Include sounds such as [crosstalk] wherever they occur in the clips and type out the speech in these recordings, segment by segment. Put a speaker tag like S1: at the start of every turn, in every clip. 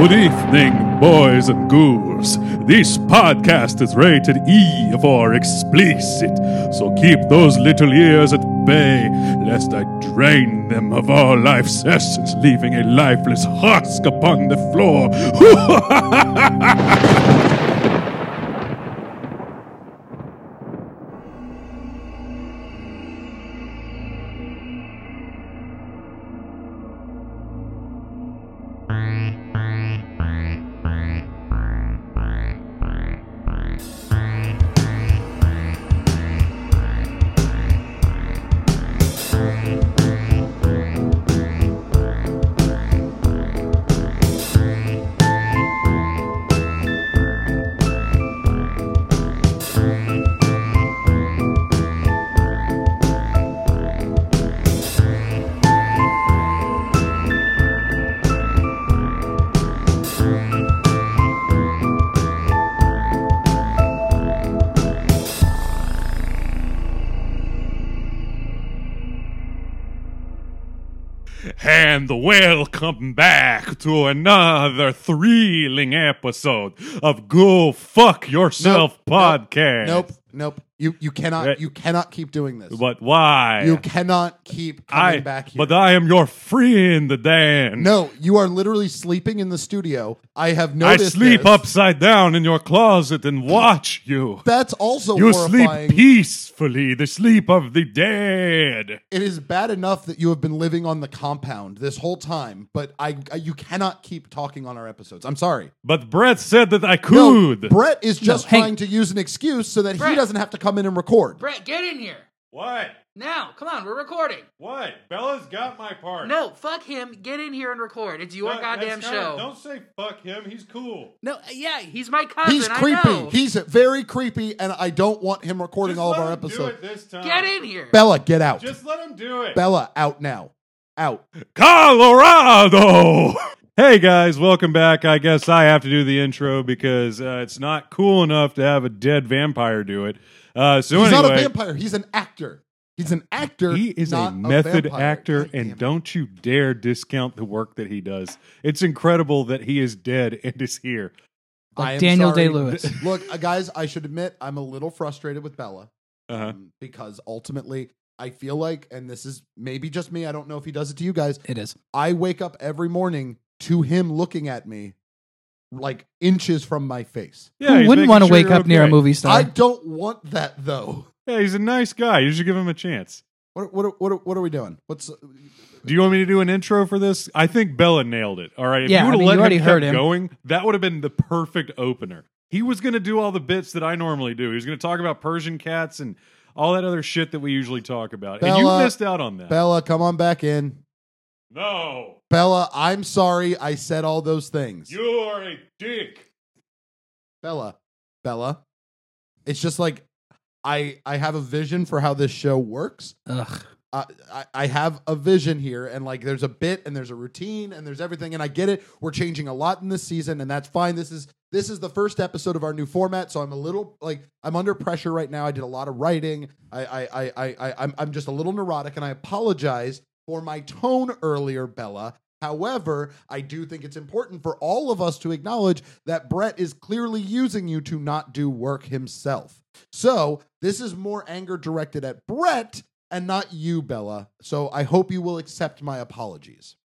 S1: Good evening, boys and ghouls. This podcast is rated E for explicit, so keep those little ears at bay, lest I drain them of all life's essence, leaving a lifeless husk upon the floor. [laughs] And welcome back to another thrilling episode of Go Fuck Yourself
S2: Nope, nope,
S1: Podcast.
S2: Nope, nope. You you cannot
S1: Right.
S2: you cannot keep doing this.
S1: But why?
S2: You cannot keep coming
S1: I,
S2: back here.
S1: But I am your friend, Dan.
S2: no, you are literally sleeping in the studio. I have
S1: I
S2: noticed.
S1: sleep
S2: this.
S1: upside down in your closet and watch you.
S2: That's also
S1: You
S2: horrifying.
S1: sleep peacefully, the sleep of the dead.
S2: it is bad enough that you have been living on the compound this whole time, but I, I you cannot keep talking on our episodes. I'm sorry.
S1: But Brett said that I
S2: No,
S1: could.
S2: Brett is just
S3: hey.
S2: trying to use an excuse so that he
S3: Brett.
S2: doesn't have to come in and record.
S3: Brett, get in here.
S1: what?
S3: Now, come on, we're recording.
S1: What? Bella's got my part.
S3: No, fuck him. Get in here and record. It's your goddamn show.
S1: say fuck him. He's cool.
S3: No, uh, yeah, he's my cousin.
S2: He's
S3: I
S2: creepy.
S3: know.
S2: He's very creepy, and I don't want him recording all of our episodes.
S1: this time.
S3: Get in here.
S2: Bella, get out.
S1: let him do it.
S2: Bella out now. Out.
S1: Colorado. [laughs] Hey guys, welcome back. I guess I have to do the intro because uh, it's not cool enough to have a dead vampire do it. Uh, so
S2: He's
S1: anyway,
S2: not a vampire. He's an actor. He's an actor.
S1: he is a
S2: not
S1: method
S2: vampire.
S1: actor,
S2: God damn
S1: and
S2: it.
S1: don't you dare discount the work that he does. It's incredible that he is dead and is here.
S2: I am
S3: Daniel
S2: sorry. [laughs]
S3: Day-Lewis.
S2: Look, uh, guys, I should admit I'm a little frustrated with Bella
S1: Uh-huh.
S2: um, because ultimately I feel like, and this is maybe just me. I don't know if he does it to you guys.
S3: It is.
S2: I wake up every morning to him looking at me like inches from my face.
S1: Yeah, he's
S3: Who wouldn't
S1: making
S3: want to
S1: sure
S3: wake
S1: you're
S3: up near a
S1: okay.
S3: movie star?
S2: I don't want that though.
S1: Yeah, he's a nice guy. You should give him a chance.
S2: What what what, what are we doing? What's
S1: Uh, Do you want me to do an intro for this? I think Bella nailed it. All right. If
S3: Yeah,
S1: you would
S3: I
S1: have
S3: mean,
S1: let
S3: you
S1: him
S3: already
S1: kept
S3: heard him.
S1: going, that would have been the perfect opener. He was going to do all the bits that I normally do. He was going to talk about Persian cats and all that other shit that we usually talk about. and you
S2: Bella-
S1: missed out on that.
S2: Bella? Come on back in.
S1: no,
S2: Bella, I'm sorry I said all those things.
S1: you are a dick.
S2: Bella, Bella. It's just like I I have a vision for how this show works.
S3: Ugh.
S2: Uh, I, I have a vision here, and like there's a bit, and there's a routine, and there's everything, and I get it. We're changing a lot in this season, and that's fine. This is this is the first episode of our new format, so I'm a little like I'm under pressure right now. I did a lot of writing. I I I I, I I'm I'm just a little neurotic, and I apologize for my tone earlier, Bella. However, I do think it's important for all of us to acknowledge that Brett is clearly using you to not do work himself. So this is more anger directed at Brett and not you, Bella. So I hope you will accept my apologies.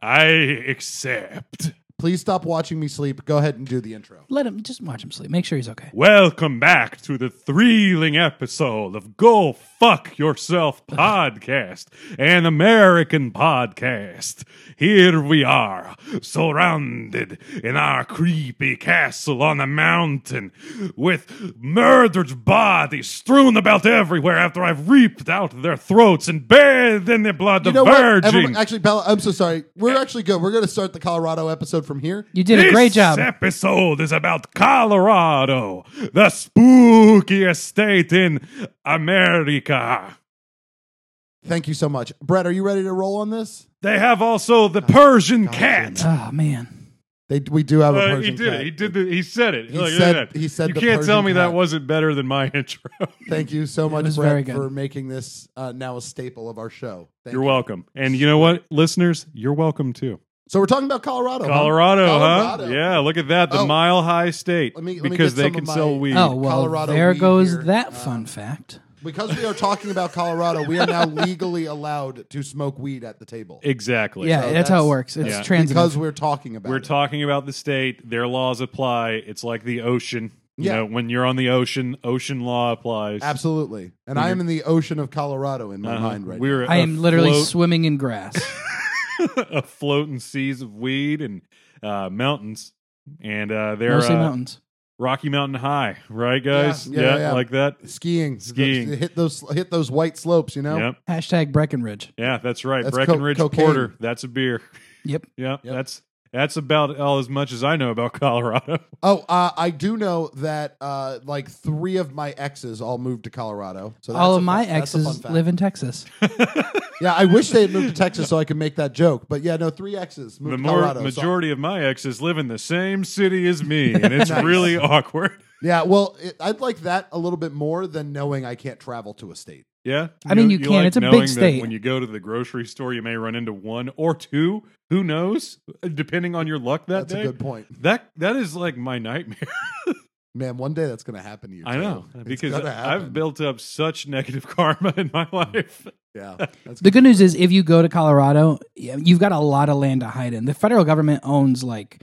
S1: I accept.
S2: Please stop watching me sleep. Go ahead and do the intro.
S3: Let him just watch him sleep. Make sure he's okay.
S1: Welcome back to the thrilling episode of Go Fuck Yourself Podcast, an American podcast. Here we are, surrounded in our creepy castle on a mountain with murdered bodies strewn about everywhere after I've reaped out their throats and bathed in the blood
S2: You
S1: of
S2: know what? Everyone-
S1: virgins.
S2: actually, Bella, I'm so sorry. We're actually good. We're going to start the Colorado episode from here.
S3: You did a
S1: this
S3: great job.
S1: episode is about Colorado, the spookiest state in America.
S2: Thank you so much. Brett, are you ready to roll on this?
S1: They have also the Persian cat.
S3: oh man.
S2: They, we do have a
S1: Uh,
S2: Persian
S1: he did
S2: cat.
S1: it. He did. The, he said it.
S2: He
S1: Look at
S2: said-
S1: that.
S2: he said
S1: You
S2: the
S1: can't tell
S2: Persian
S1: me
S2: cat.
S1: that wasn't better than my [laughs] intro.
S2: Thank you so much,
S3: was very
S2: Brett,
S3: good.
S2: for making this uh, now a staple of our show. Thank
S1: you're
S2: you.
S1: welcome. And you know what, listeners, you're welcome too.
S2: So we're talking about Colorado. huh?
S1: Colorado,
S2: Colorado.
S1: huh? Yeah, look at that. The
S2: Oh.
S1: mile high state.
S2: Let me- let me
S1: because
S2: get
S1: they
S2: some
S1: can
S2: of my-
S1: sell weed.
S4: Oh well,
S2: Colorado
S4: there
S2: weed
S4: goes
S2: here.
S4: that
S2: Um,
S4: fun fact.
S2: Because we are talking about Colorado, we
S1: [laughs]
S2: are now legally allowed to smoke weed at the table.
S1: Exactly.
S4: Yeah,
S2: so
S4: that's, how
S2: that's-
S4: it works. It's
S1: Yeah.
S4: transitive.
S2: because we're talking about
S1: We're
S2: it.
S1: talking about the state. Their laws apply. It's like the ocean. You
S2: Yeah.
S1: know, when you're on the ocean, ocean law applies.
S2: Absolutely. And I am in the ocean of Colorado in my
S1: Uh-huh.
S2: mind right now.
S1: We're
S4: I am literally
S1: afloat,
S4: swimming in grass.
S1: [laughs] afloat in seas of weed and uh, mountains. And uh, [laughs] they're
S4: Mostly
S1: uh,
S4: mountains.
S1: Rocky Mountain High, right, guys?
S2: Yeah, yeah, yeah.
S1: like that.
S2: Skiing.
S1: Skiing.
S2: Hit those hit those white slopes, you know?
S1: Yep.
S4: Hashtag Breckenridge.
S1: Yeah, that's right.
S2: That's co-
S1: Breckenridge
S2: cocaine.
S1: Porter. That's a beer.
S4: Yep.
S1: Yeah,
S2: Yep.
S1: that's that's about all as much as I know about [laughs] Colorado.
S2: Oh, uh, I do know that uh, like three of my exes all moved to Colorado. So that's
S4: All
S2: a
S4: of my
S2: fun- that's a fun
S4: exes
S2: fact.
S4: live in Texas.
S2: Yeah, I wish they had moved to Texas so I could make that joke. But yeah, no, three exes moved
S1: the
S2: to
S1: more,
S2: Colorado. so-
S1: majority of my exes live in the same city as me,
S2: [laughs]
S1: and it's really awkward.
S2: yeah, well, it, I'd like that a little bit more than knowing I can't travel to a state.
S1: Yeah,
S4: I mean, you can. It's a big
S1: knowing that
S4: state.
S1: When you go to the grocery store, you may run into one or two. Who knows? Uh, Depending on your luck that
S2: That's
S1: day.
S2: a good point,
S1: that that is like my nightmare.
S2: [laughs] man. One day that's going to happen to you.
S1: I
S2: too.
S1: know
S2: It's
S1: because
S2: gonna
S1: I've
S2: happen.
S1: built up such negative [laughs] karma in my life.
S2: Yeah, that's
S1: [laughs]
S4: The good news is, if you go to Colorado, yeah, you've got a lot of land to hide in. The federal government owns like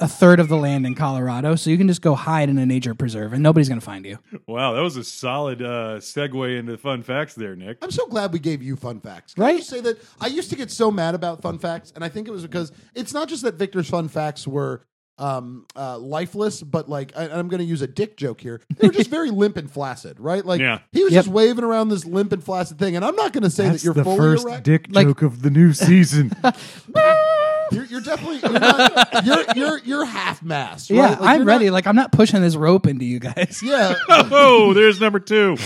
S4: a third of the land in Colorado, so you can just go hide in a nature preserve, and nobody's going to find you.
S1: Wow, that was a solid uh, segue into fun facts there, Nick.
S2: I'm so glad we gave you fun facts. Can I
S4: Right?
S2: just say that I used to get so mad about fun facts, and I think it was because it's not just that Victor's fun facts were um, uh, lifeless, but like I, I'm going to use a dick joke here. They were
S4: [laughs]
S2: just very limp and flaccid, right? Like
S1: Yeah.
S2: he was
S4: Yep.
S2: just waving around this limp and flaccid thing, and I'm not going to say that you're fully erect.
S1: dick
S4: Like-
S1: of the new
S4: [laughs]
S1: season.
S2: You're, you're definitely you're, not, you're you're you're half mass.
S4: Yeah,
S2: right? Like,
S4: I'm
S2: you're
S4: ready.
S2: not-
S4: like I'm not pushing this rope into you guys.
S2: [laughs]
S4: [laughs]
S2: yeah.
S1: [laughs] oh, there's number two.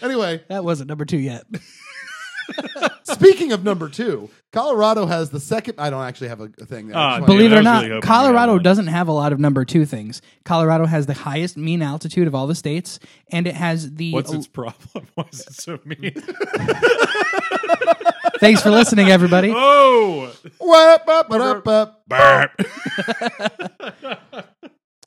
S2: Anyway,
S4: That wasn't number two yet.
S2: speaking of number two, Colorado has the second. I don't actually have a, a thing there. I
S1: Ah,
S2: just wanted-
S4: Believe
S1: I
S4: it or
S1: was
S4: not,
S1: really hoping you
S4: Colorado
S1: had one.
S4: doesn't have a lot of number two things. Colorado has the highest mean altitude of all the states, and it has the.
S1: What's its problem? [laughs] Why is it so mean?
S4: [laughs] Thanks for listening, everybody.
S1: [laughs] oh,
S2: Wap, wap, wap, wap.
S1: burp.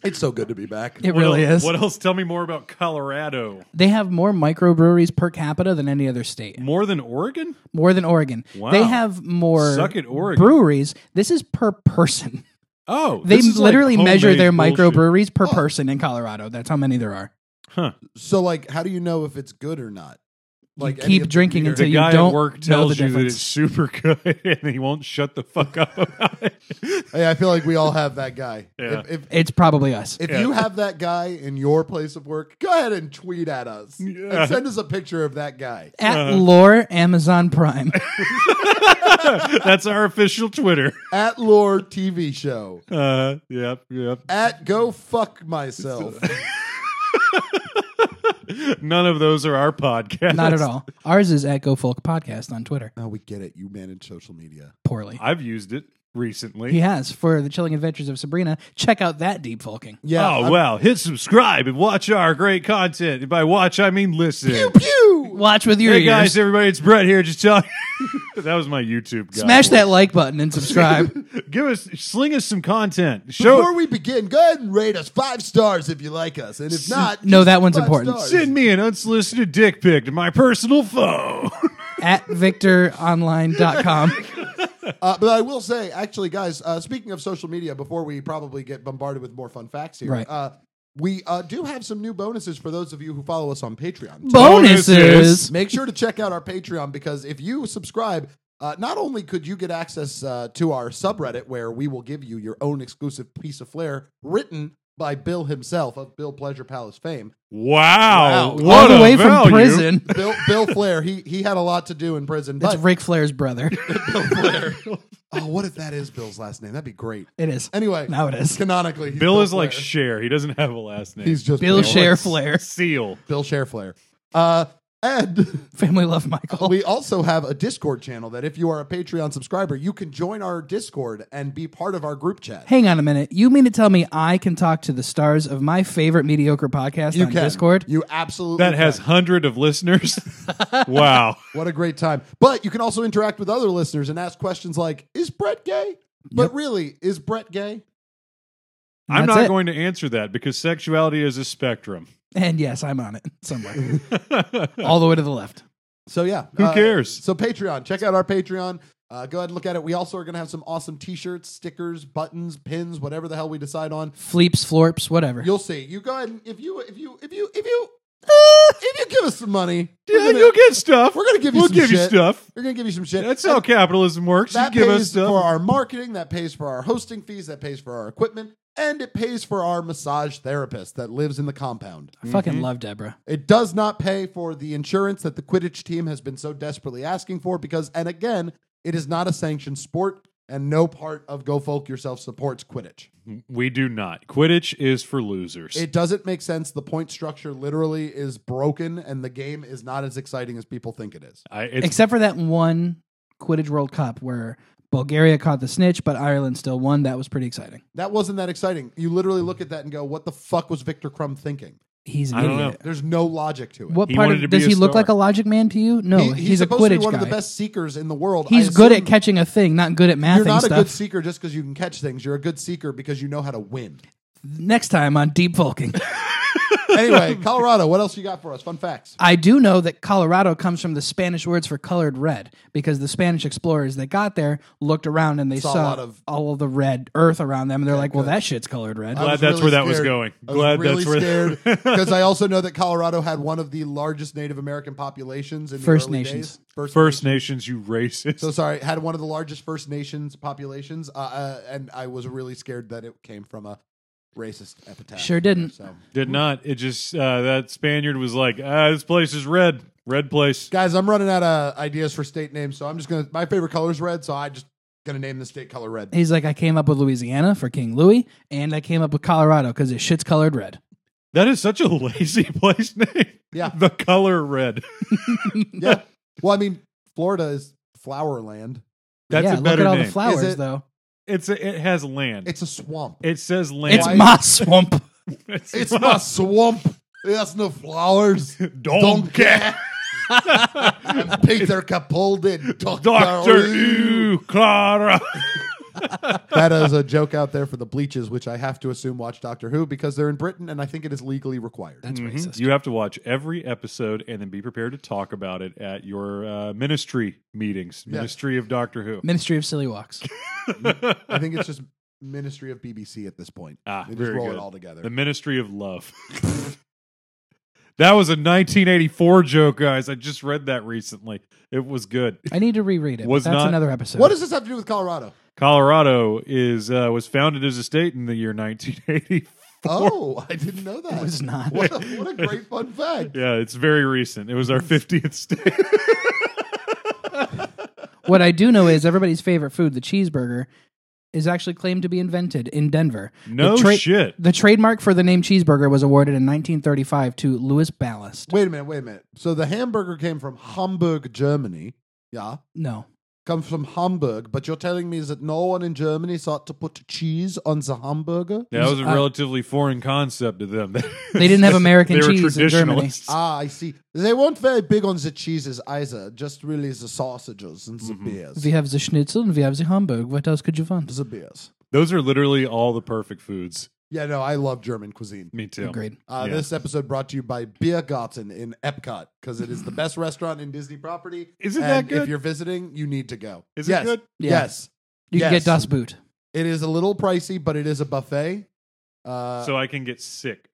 S2: It's so good to be back.
S4: It
S1: What
S4: really
S1: else-
S4: is.
S1: What else? Tell me more about Colorado.
S4: They have more microbreweries per capita than any other state,
S1: More than Oregon?
S4: more than Oregon.
S1: Wow.
S4: They have more
S1: Suck it, Oregon.
S4: breweries. This is per
S1: [laughs]
S4: person.
S1: Oh,
S4: They
S1: this is like
S4: literally measure
S1: homemade
S4: their
S1: bullshit.
S4: microbreweries per
S2: Oh.
S4: person in Colorado. That's how many there are.
S2: So, like, how do you know if it's good or not? Like, any
S4: Keep
S2: of the
S4: drinking
S2: beer-
S4: until
S1: the
S4: you
S1: guy
S4: don't
S1: at work
S4: know the
S1: tells you that it's
S4: difference.
S1: super good, [laughs] and he won't shut the fuck up about it. [laughs]
S2: [laughs] Hey, I feel like we all have that guy.
S1: Yeah.
S2: If if,
S4: It's probably us.
S2: if
S1: Yeah.
S2: you have that guy in your place of work, go ahead and tweet at us
S1: Yeah.
S2: and send us a picture of that guy.
S4: At
S1: Uh-huh.
S4: Lore
S1: [laughs]
S4: Amazon Prime.
S1: That's our official Twitter. [laughs]
S2: At Lore TV Show.
S1: Uh, yep, yep.
S2: At Go Fuck
S1: [laughs]
S2: Myself. [laughs]
S1: None of those are our podcast.
S4: Not at all. Ours is at Go Folk Podcast on Twitter.
S2: oh, we get it. You manage social media.
S4: Poorly.
S1: I've used it recently.
S4: He has for the chilling adventures of Sabrina. Check out that deep folking.
S2: Yeah. Uh,
S1: oh
S2: I'm-
S1: wow! Hit subscribe and watch our great content. And by watch, I mean listen.
S2: Pew pew.
S4: Watch with your
S1: hey
S4: ears.
S1: guys, everybody, it's Brett here. Just tell [laughs] that was my YouTube. Guy
S4: Smash that like button
S2: [laughs]
S4: and subscribe.
S1: Give us, sling us some content.
S2: Before
S1: Show,
S2: we begin, go ahead and rate us five stars if you like us, and if not,
S4: No,
S2: just
S4: that one's
S2: five
S4: important.
S2: stars.
S1: send me an unsolicited dick pic to my personal phone. [laughs]
S4: at
S2: [laughs]
S4: victoronline.com.
S2: Uh, but I will say, actually, guys, uh, speaking of social media, before we probably get bombarded with more fun facts here,
S4: Right.
S2: uh, we uh, do have some new bonuses for those of you who follow us on Patreon.
S4: Bonuses.
S2: Make sure to check out our Patreon because if you subscribe, uh, not only could you get access uh, to our subreddit where we will give you your own exclusive piece of flair written by Bill himself of Bill Pleasure Palace fame.
S1: Wow!
S2: Wow.
S1: What
S4: All the
S1: a
S4: way from
S1: value.
S2: [laughs]
S4: prison.
S2: Bill, Bill Flair, he he had a lot to do in prison.
S4: That's
S2: But
S4: Ric Flair's brother.
S2: oh, what if that is Bill's last name? That'd be great.
S4: It is.
S2: [laughs] Anyway,
S4: Now it is.
S2: canonically, he's
S1: Bill is like
S2: Flair.
S1: Cher. He doesn't have a last name.
S2: he's just
S4: Bill Share
S1: It's
S2: [laughs]
S4: Flair.
S1: Seal.
S2: Bill Share Flair. Uh, And
S4: Family Love Michael.
S2: we also have a Discord channel that if you are a Patreon subscriber, you can join our Discord and be part of our group chat.
S4: Hang on a minute. You mean to tell me I can talk to the stars of my favorite mediocre podcast
S2: you
S4: on
S2: can.
S4: Discord?
S2: You absolutely
S1: That has
S2: can.
S1: hundred of
S2: [laughs]
S1: listeners. wow.
S2: What a great time. But you can also interact with other listeners and ask questions like, is Brett gay? But really, is Brett gay?
S4: And
S1: I'm
S4: that's
S1: not
S4: it.
S1: going to answer that because sexuality is a spectrum.
S4: And yes, I'm on it
S2: [laughs]
S4: somewhere,
S1: Who
S4: all the way to the left.
S2: So yeah. uh,
S1: cares?
S2: So Patreon, check out our Patreon. Uh, go ahead and look at it. We also are going to have some awesome T-shirts, stickers, buttons, pins, whatever the hell we decide on.
S4: Fleeps, florps, whatever.
S2: You'll see. You go ahead and if you if you if you if you if you give us some money, we're
S1: Yeah,
S2: gonna-
S1: you'll get stuff.
S2: we're gonna give you
S1: We'll
S2: some
S1: give you
S2: shit.
S1: stuff.
S2: we're gonna give you some shit.
S1: That's how capitalism works. You
S2: that
S1: give us
S2: pays for
S1: stuff.
S2: our marketing. That pays for our hosting fees. That pays for our equipment. And it pays for our massage therapist that lives in the compound.
S4: I fucking love Deborah.
S2: It does not pay for the insurance that the Quidditch team has been so desperately asking for because, and again, it is not a sanctioned sport, and no part of Go Folk Yourself supports Quidditch.
S1: We do not. Quidditch is for losers.
S2: It doesn't make sense. The point structure literally is broken, and the game is not as exciting as people think it is.
S1: I, it's
S4: Except for that one Quidditch World Cup where Bulgaria caught the snitch, but Ireland still won. That was pretty exciting.
S2: That wasn't that exciting. You literally look at that and go, what the fuck was Victor Crumb thinking?
S4: He's an
S1: I don't
S4: idiot.
S2: There's no logic to it.
S4: What
S1: He
S4: part
S1: wanted to
S4: of,
S1: be
S4: does
S1: a
S4: he look
S1: star.
S4: like a logic man to you? No,
S2: He-
S4: he's, a
S2: supposed
S4: Quidditch
S2: to be one
S4: guy.
S2: of the best seekers in the world.
S4: He's
S2: I
S4: good at
S2: assume
S4: catching a thing, not good at math
S2: You're
S4: and
S2: not a
S4: stuff.
S2: good seeker just because you can catch things. You're a good seeker because you know how to win.
S4: Next time on Deep Vulking. [laughs]
S2: anyway, Colorado, what else you got for us? Fun facts.
S4: I do know that Colorado comes from the Spanish words for colored red because the Spanish explorers that got there looked around and they
S2: Saw
S4: saw,
S2: a lot of-
S4: all of the red earth around them and they're like, well, that shit's colored red.
S1: Glad that's where that was going. Glad that's where that- [laughs]
S2: because I also know that Colorado had one of the largest Native American populations in the
S4: First
S2: early
S4: Nations.
S2: days. First,
S1: First Nations, you racist.
S2: So sorry, had one of the largest First Nations populations, uh, uh, and I was really scared that it came from a racist epitaph.
S4: Sure didn't.
S2: So.
S1: Did not. It just uh, that Spaniard was like, ah, this place is red, red place.
S2: Guys, I'm running out of ideas for state names, so I'm just gonna. My favorite color is red, so I just gonna name the state color red.
S4: He's like, I came up with Louisiana for King Louis and I came up with Colorado because it shit's colored red.
S1: That is such a [laughs] lazy place name.
S2: Yeah.
S1: the color red.
S2: Yeah. well, I mean, Florida is flower land.
S1: That's
S4: yeah,
S1: a better
S4: look at all
S1: name.
S4: the flowers,
S2: Is it-
S4: though.
S1: it's a, it has land.
S2: It's a swamp.
S1: it says land.
S4: It's my swamp.
S2: [laughs]
S1: It's,
S2: It's my swamp. That's no flowers.
S1: [laughs] Don't
S2: [laughs]
S1: care.
S2: I'm Peter Capaldi,
S1: [laughs]
S2: Doctor. E.
S1: Doctor Ooh,
S4: [laughs]
S1: Clara.
S2: That is a joke out there for the bleaches, which I have to assume watch Doctor Who because they're in Britain, and I think it is legally required.
S4: That's
S1: Mhm.
S4: racist.
S1: You have to watch every episode and then be prepared to talk about it at your uh, ministry meetings. Ministry of Doctor Who.
S4: Ministry of Silly Walks.
S2: I think it's just Ministry of BBC at this point.
S1: Ah,
S2: they just
S1: very
S2: roll
S1: good.
S2: it all together.
S1: The Ministry of Love. [laughs] that was a 1984 joke, guys. I just read that recently. It was
S2: [laughs]
S1: good.
S4: I need to reread it. but
S1: Was
S4: that's
S1: not-
S4: another episode.
S2: what does this have to do with Colorado?
S1: Colorado is uh, was founded as a state in the year 1984.
S2: Oh, I didn't know that.
S4: It was not.
S2: What a, what a
S1: [laughs]
S2: great fun fact.
S1: Yeah, it's very recent. It was our 50th state.
S4: What I do know is everybody's favorite food, the cheeseburger, is actually claimed to be invented in Denver.
S1: No
S4: The tra-
S1: shit.
S4: The trademark for the name cheeseburger was awarded in 1935 to Louis Ballast.
S2: Wait a minute, wait a minute. So the hamburger came from Hamburg, Germany. Yeah.
S4: No,
S2: Comes from Hamburg, but you're telling me is that no one in Germany thought to put cheese on the hamburger?
S1: That
S2: [laughs]
S1: was a
S4: Uh,
S1: relatively foreign concept to them. [laughs]
S4: they didn't have American
S1: they were
S4: cheese in Germany.
S1: traditionalists.
S2: Ah, I see. They weren't very big on the cheeses either, just really the sausages and
S1: Mm-hmm.
S2: the beers.
S4: We have the schnitzel and we have the Hamburg. What else could you want?
S2: the beers.
S1: Those are literally all the perfect foods.
S2: Yeah, no, I love German cuisine.
S1: Me too.
S4: Agreed.
S2: Uh,
S1: Yeah.
S2: This episode brought to you by Biergarten in Epcot because it is the best restaurant in Disney property.
S1: Is it
S2: and
S1: that good?
S2: If you're visiting, you need to go.
S1: Is it
S2: Yes.
S1: good?
S4: Yeah.
S2: Yes.
S4: You can
S2: Yes.
S4: get Das Boot.
S2: It is a little pricey, but it is a buffet. Uh,
S1: so I can get sick.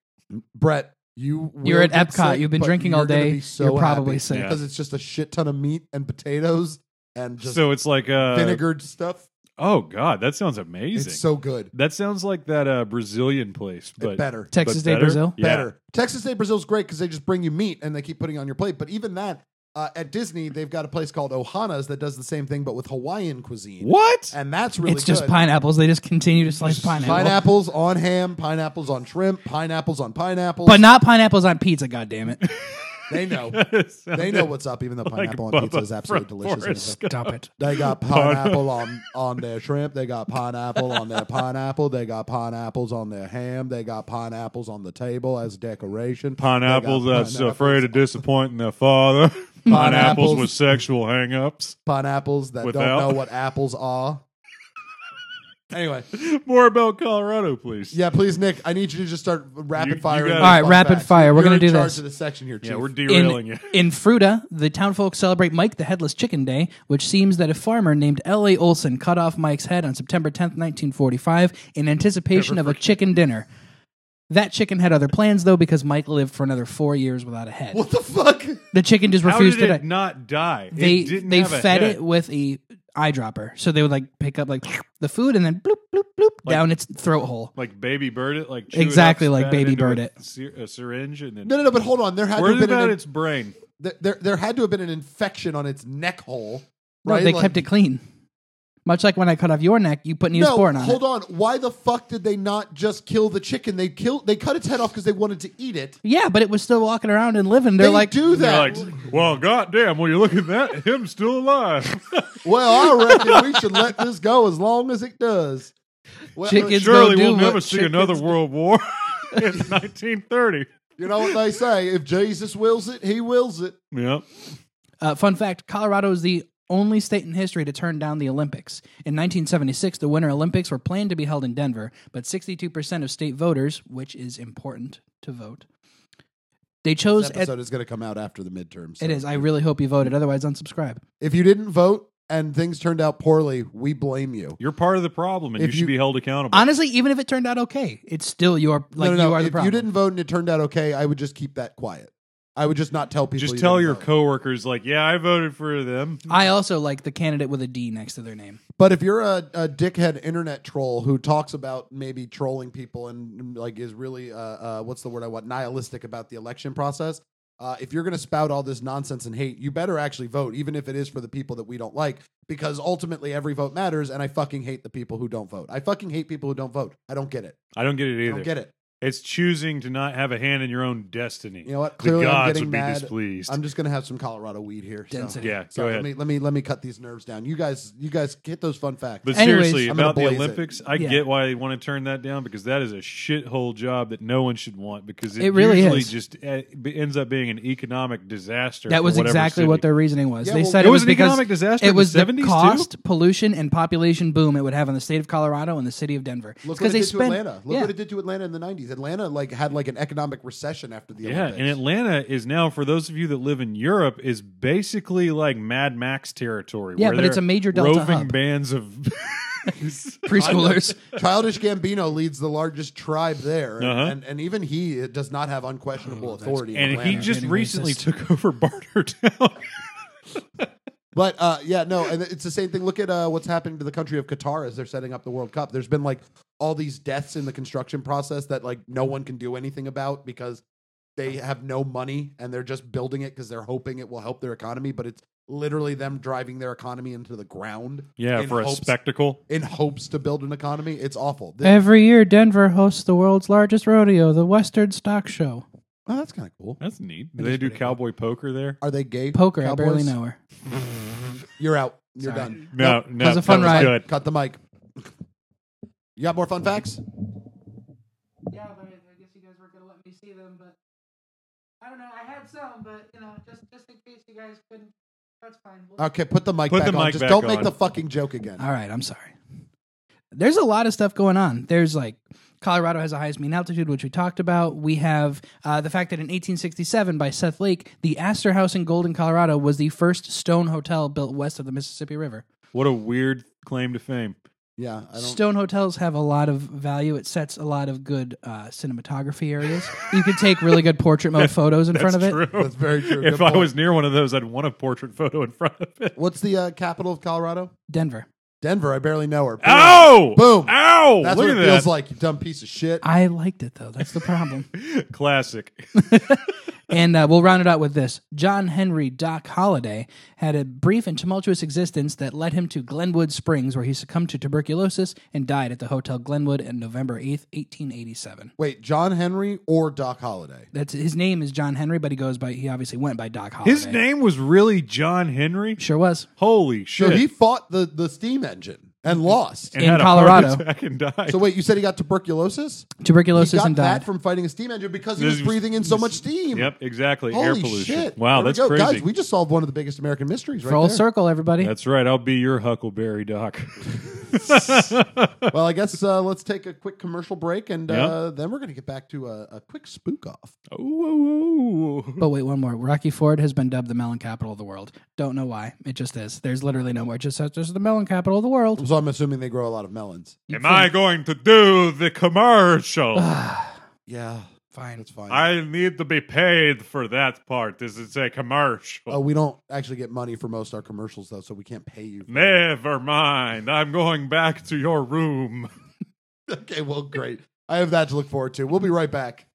S2: Brett, you will
S4: You're at
S2: get
S4: Epcot.
S2: sick,
S4: You've been
S2: but
S4: drinking
S2: you're
S4: all
S2: gonna
S4: day.
S2: be so
S4: You're probably
S2: happy
S4: sick.
S1: Yeah.
S2: because it's just a shit ton of meat and potatoes and just
S1: So it's like uh,
S2: vinegared stuff.
S1: Oh God, that sounds amazing.
S2: It's so good.
S1: that sounds like that uh, Brazilian place, but
S2: better,
S4: Texas
S1: but
S4: Day
S1: better?
S4: Brazil.
S1: Yeah.
S2: better. Texas Day Brazil is great because they just bring you meat and they keep putting it on your plate. But even that, uh, at Disney, they've got a place called Ohana's that does the same thing but with Hawaiian cuisine.
S1: What?
S2: And that's really
S4: it's just
S2: good.
S4: pineapples. They just continue to slice pineapple.
S2: Pineapples on ham, pineapples on shrimp, pineapples on pineapples. [laughs]
S4: But not pineapples on pizza, God damn it!
S2: They know.
S1: It
S2: They
S1: sounded
S2: know what's up, even though
S1: like
S2: pineapple on
S1: Bubba
S2: pizza is absolutely
S1: from
S2: delicious. and
S1: Forrest
S2: it's-
S1: Gump.
S4: Stop it.
S1: [laughs]
S2: They got pineapple on, on their shrimp. They got pineapple on their pineapple. They got pineapples on their ham. They got pineapples on the table as decoration. They got
S1: Pineapple that's
S2: pineapples-
S1: uh, afraid of disappointing their father. [laughs] Pineapples with sexual hang-ups.
S2: pineapples that
S1: Without-
S2: don't know what apples are. anyway,
S1: More about Colorado, please.
S2: yeah, please, Nick, I need you to just start
S1: You-
S2: rapid
S1: you
S2: fire.
S1: got it.
S2: the
S1: All
S4: right,
S2: fun
S4: rapid
S2: facts.
S4: fire. We're
S2: You're
S4: gonna
S2: in
S4: do
S2: charge
S4: this.
S2: of the section here, Chief.
S1: Yeah, we're derailing
S4: [laughs] In,
S1: you.
S4: in Fruta, the townfolk celebrate Mike the Headless Chicken Day, which seems that a farmer named L.A. Olson cut off Mike's head on September 10th, 1945, in anticipation of a chicken dinner. That chicken had other plans, though, because Mike lived for another four years without a head.
S2: what the fuck?
S4: The chicken just
S1: How
S4: refused
S1: did
S4: to
S1: it
S4: die.
S1: not die?
S4: They
S1: it didn't
S4: they
S1: have a
S4: fed
S1: head.
S4: it with a eyedropper, so they would like pick up like the food and then bloop bloop bloop down its throat hole.
S1: like baby bird it, like chew
S4: Exactly
S1: it up,
S4: like
S1: spat it
S4: baby
S1: into
S4: bird
S1: a
S4: it.
S1: sy- a syringe, and then
S2: No, no, no. But hold on. There had to
S1: worried
S2: have been
S1: about
S2: an,
S1: its brain.
S2: there, there there had to have been an infection on its neck hole.
S4: No,
S2: Right?
S4: they
S2: Like-
S4: kept it clean, much like when I cut off your neck, you put
S2: No,
S4: Neosporin on it.
S2: hold on. Why the fuck did they not just kill the chicken? They killed. They cut its head off because they wanted to eat it.
S4: Yeah, but it was still walking around and living. They're
S2: they
S4: like,
S2: do
S1: You're
S2: that.
S1: like, well, goddamn! When you look at that, him still alive.
S2: well, I reckon we should let this go as long as it does. Well,
S4: Chicken- Kids
S1: Surely
S4: don't do
S1: we'll
S4: what
S1: never see
S4: chickens
S1: another World War. [laughs] it's
S4: [laughs]
S1: 1930.
S2: You know what they say? If Jesus wills it, he wills it.
S1: Yep.
S4: uh, fun fact Colorado is the only state in history to turn down the Olympics. In 1976, the Winter Olympics were planned to be held in Denver, but 62% of state voters, which is important to vote, they chose.
S2: This
S4: At,
S2: episode is going to come out after the midterms. so-
S4: it is. I really hope you voted. Otherwise, unsubscribe.
S2: If you didn't vote and things turned out poorly, we blame you.
S1: You're part of the problem, and
S2: If
S1: you should
S2: you-
S1: be held accountable.
S4: Honestly, even if it turned out okay, it's still your like
S2: no, no, no.
S4: you are
S2: if
S4: the problem.
S2: you didn't vote and it turned out okay, I would just keep that quiet. I would just not tell people.
S1: Just
S2: you
S1: tell
S2: didn't
S1: your
S2: vote.
S1: coworkers, like, yeah, I voted for them.
S4: I also like the candidate with a D next to their name.
S2: But if you're a, a dickhead internet troll who talks about maybe trolling people and like is really uh, uh, what's the word I want nihilistic about the election process, uh, if you're going to spout all this nonsense and hate, you better actually vote, even if it is for the people that we don't like, because ultimately every vote matters. And I fucking hate the people who don't vote. I fucking hate people who don't vote. I don't get it.
S1: I don't get it
S2: I
S1: either.
S2: don't get it.
S1: It's choosing to not have a hand in your own destiny.
S2: You know what?
S1: The
S2: Clearly, I'm
S1: gods
S2: getting
S1: would be
S2: mad.
S1: displeased.
S2: I'm just going to have some Colorado weed here. so-
S1: [laughs]
S4: Density.
S1: yeah,
S2: So
S1: go
S2: let
S1: ahead.
S2: me let me let me cut these nerves down. You guys, you guys get those fun facts.
S1: But
S4: Anyways,
S1: seriously,
S2: I'm
S1: about the
S2: gonna blaze it.
S1: Olympics, I
S4: Yeah.
S1: get why they want to turn that down because that is a shithole job that no one should want because it,
S4: It really
S1: usually
S4: is.
S1: just uh, b- ends up being an economic disaster.
S4: That
S1: for
S4: was
S1: whatever
S4: exactly
S1: city.
S4: what their reasoning was.
S2: Yeah,
S4: they
S2: well,
S4: said
S1: It
S4: it
S1: was
S4: was
S1: an
S4: because
S1: economic disaster
S4: It
S1: in
S4: was
S1: the 70s, too?
S4: cost, pollution, and population boom it would have on the state of Colorado and the city of Denver.
S2: Look
S4: Because
S2: what it
S4: they
S2: did to
S4: spent.
S2: Atlanta. Look
S4: yeah.
S2: what it did to Atlanta in the '90s. Atlanta like had like an economic recession after the
S1: Yeah,
S2: Olympics.
S1: and Atlanta is now, for those of you that live in Europe, is basically like Mad Max territory.
S4: Yeah,
S1: where
S4: but it's
S1: they're
S4: a major Delta
S1: roving
S4: hub.
S1: bands of.
S2: [laughs]
S4: preschoolers.
S2: Childish Gambino leads the largest tribe there, and,
S1: Uh-huh.
S2: and, and even he does not have
S4: Oh,
S2: unquestionable authority. in
S1: and he
S2: Atlanta.
S1: just
S4: Racist.
S1: recently took over Bartertown. [laughs]
S2: but uh, yeah, no, and it's the same thing. Look at uh, what's happening to the country of Qatar as they're setting up the World Cup. There's been like all these deaths in the construction process that like no one can do anything about because they have no money and they're just building it because they're hoping it will help their economy, but it's literally them driving their economy into the ground.
S1: yeah,
S2: in
S1: for a
S2: hopes-
S1: spectacle.
S2: in hopes to build an economy. It's awful. This-
S4: Every year, Denver hosts the world's largest rodeo, the Western Stock Show.
S2: oh, that's kind of cool.
S1: That's neat. Do they do cowboy poker there?
S2: Are they gay?
S4: Poker, I
S2: cowboys?
S4: barely know her.
S2: You're out. You're
S4: Sorry.
S2: done.
S1: No, no,
S4: was a fun
S1: that
S4: ride.
S1: Good.
S2: Cut the mic. You got more fun facts?
S3: Yeah, but I, I guess you guys weren't gonna let me see them. But I don't know. I had some, but you know, just just in case you guys couldn't, that's fine. We'll-
S2: Okay, put the mic
S1: Put
S2: back
S1: the
S2: on.
S1: mic
S2: Just
S1: back
S2: don't make
S1: on.
S2: the fucking joke again.
S4: All right, I'm sorry. There's a lot of stuff going on. There's like Colorado has the highest mean altitude, which we talked about. We have uh, the fact that in 1867, by Seth Lake, the Astor House in Golden, Colorado, was the first stone hotel built west of the Mississippi River.
S1: What a weird claim to fame.
S2: Yeah, I don't.
S4: Stone hotels have a lot of value. It sets a lot of good uh, cinematography areas. you can take really good
S2: [laughs]
S4: portrait mode photos in front of it.
S1: True.
S2: That's
S1: [laughs]
S2: very true.
S1: If
S2: Good
S1: I
S2: point.
S1: was near one of those, I'd want a portrait photo in front of it.
S2: What's the uh, capital of Colorado?
S4: Denver.
S2: Denver. I barely know her. Boom.
S1: Ow!
S2: Boom.
S1: Ow!
S2: That's
S1: Look
S2: what it
S1: at
S2: feels
S1: that.
S2: like. You dumb piece of shit.
S4: I liked it though. That's the problem.
S1: Classic.
S4: and uh, we'll round it out with this. John Henry Doc Holliday had a brief and tumultuous existence that led him to Glenwood Springs, where he succumbed to tuberculosis and died at the Hotel Glenwood on November 8th, 1887.
S2: Wait, John Henry or Doc Holliday?
S4: That's his name is John Henry, but he goes by he obviously went by Doc Holliday.
S1: His name was really John Henry.
S4: sure was.
S1: Holy shit!
S2: So he fought the, the steam engine and lost.
S1: And
S4: In
S1: had a heart
S4: Colorado.
S1: attack [laughs] and died.
S2: so wait, you said he got tuberculosis?
S4: Tuberculosis
S2: He got
S4: and died.
S2: that from fighting a steam engine because he
S1: This
S2: was
S1: was-
S2: breathing in so much steam.
S1: Yep, exactly.
S2: Holy
S1: Air pollution.
S2: shit!
S1: Wow,
S2: There we
S1: that's
S2: go.
S1: crazy.
S2: Guys, we just solved one of the biggest American mysteries, right
S4: Full
S2: there.
S4: circle, everybody.
S1: That's right. I'll be your Huckleberry [laughs] Doc.
S2: Well, I guess uh, let's take a quick commercial break, and uh,
S1: Yeah.
S2: then we're going to get back to a, a quick spook off.
S1: Ooh, ooh, ooh.
S4: But wait, one more. Rocky Ford has been dubbed the melon capital of the world. Don't know why. It just is. There's literally no more. It just says there's the melon capital of the world.
S2: So I'm assuming they grow a lot of melons.
S1: Am I going to do the
S4: [sighs]
S1: commercial?
S2: Yeah,
S4: Fine.
S2: that's fine.
S1: I need to be paid for that part. This is a commercial.
S2: Oh, we don't actually get money for most of our commercials though, so we can't pay you. for them.
S1: Never mind. I'm going back to your room. [laughs]
S2: [laughs] Okay, well, great. I have that to look forward to. We'll be right back.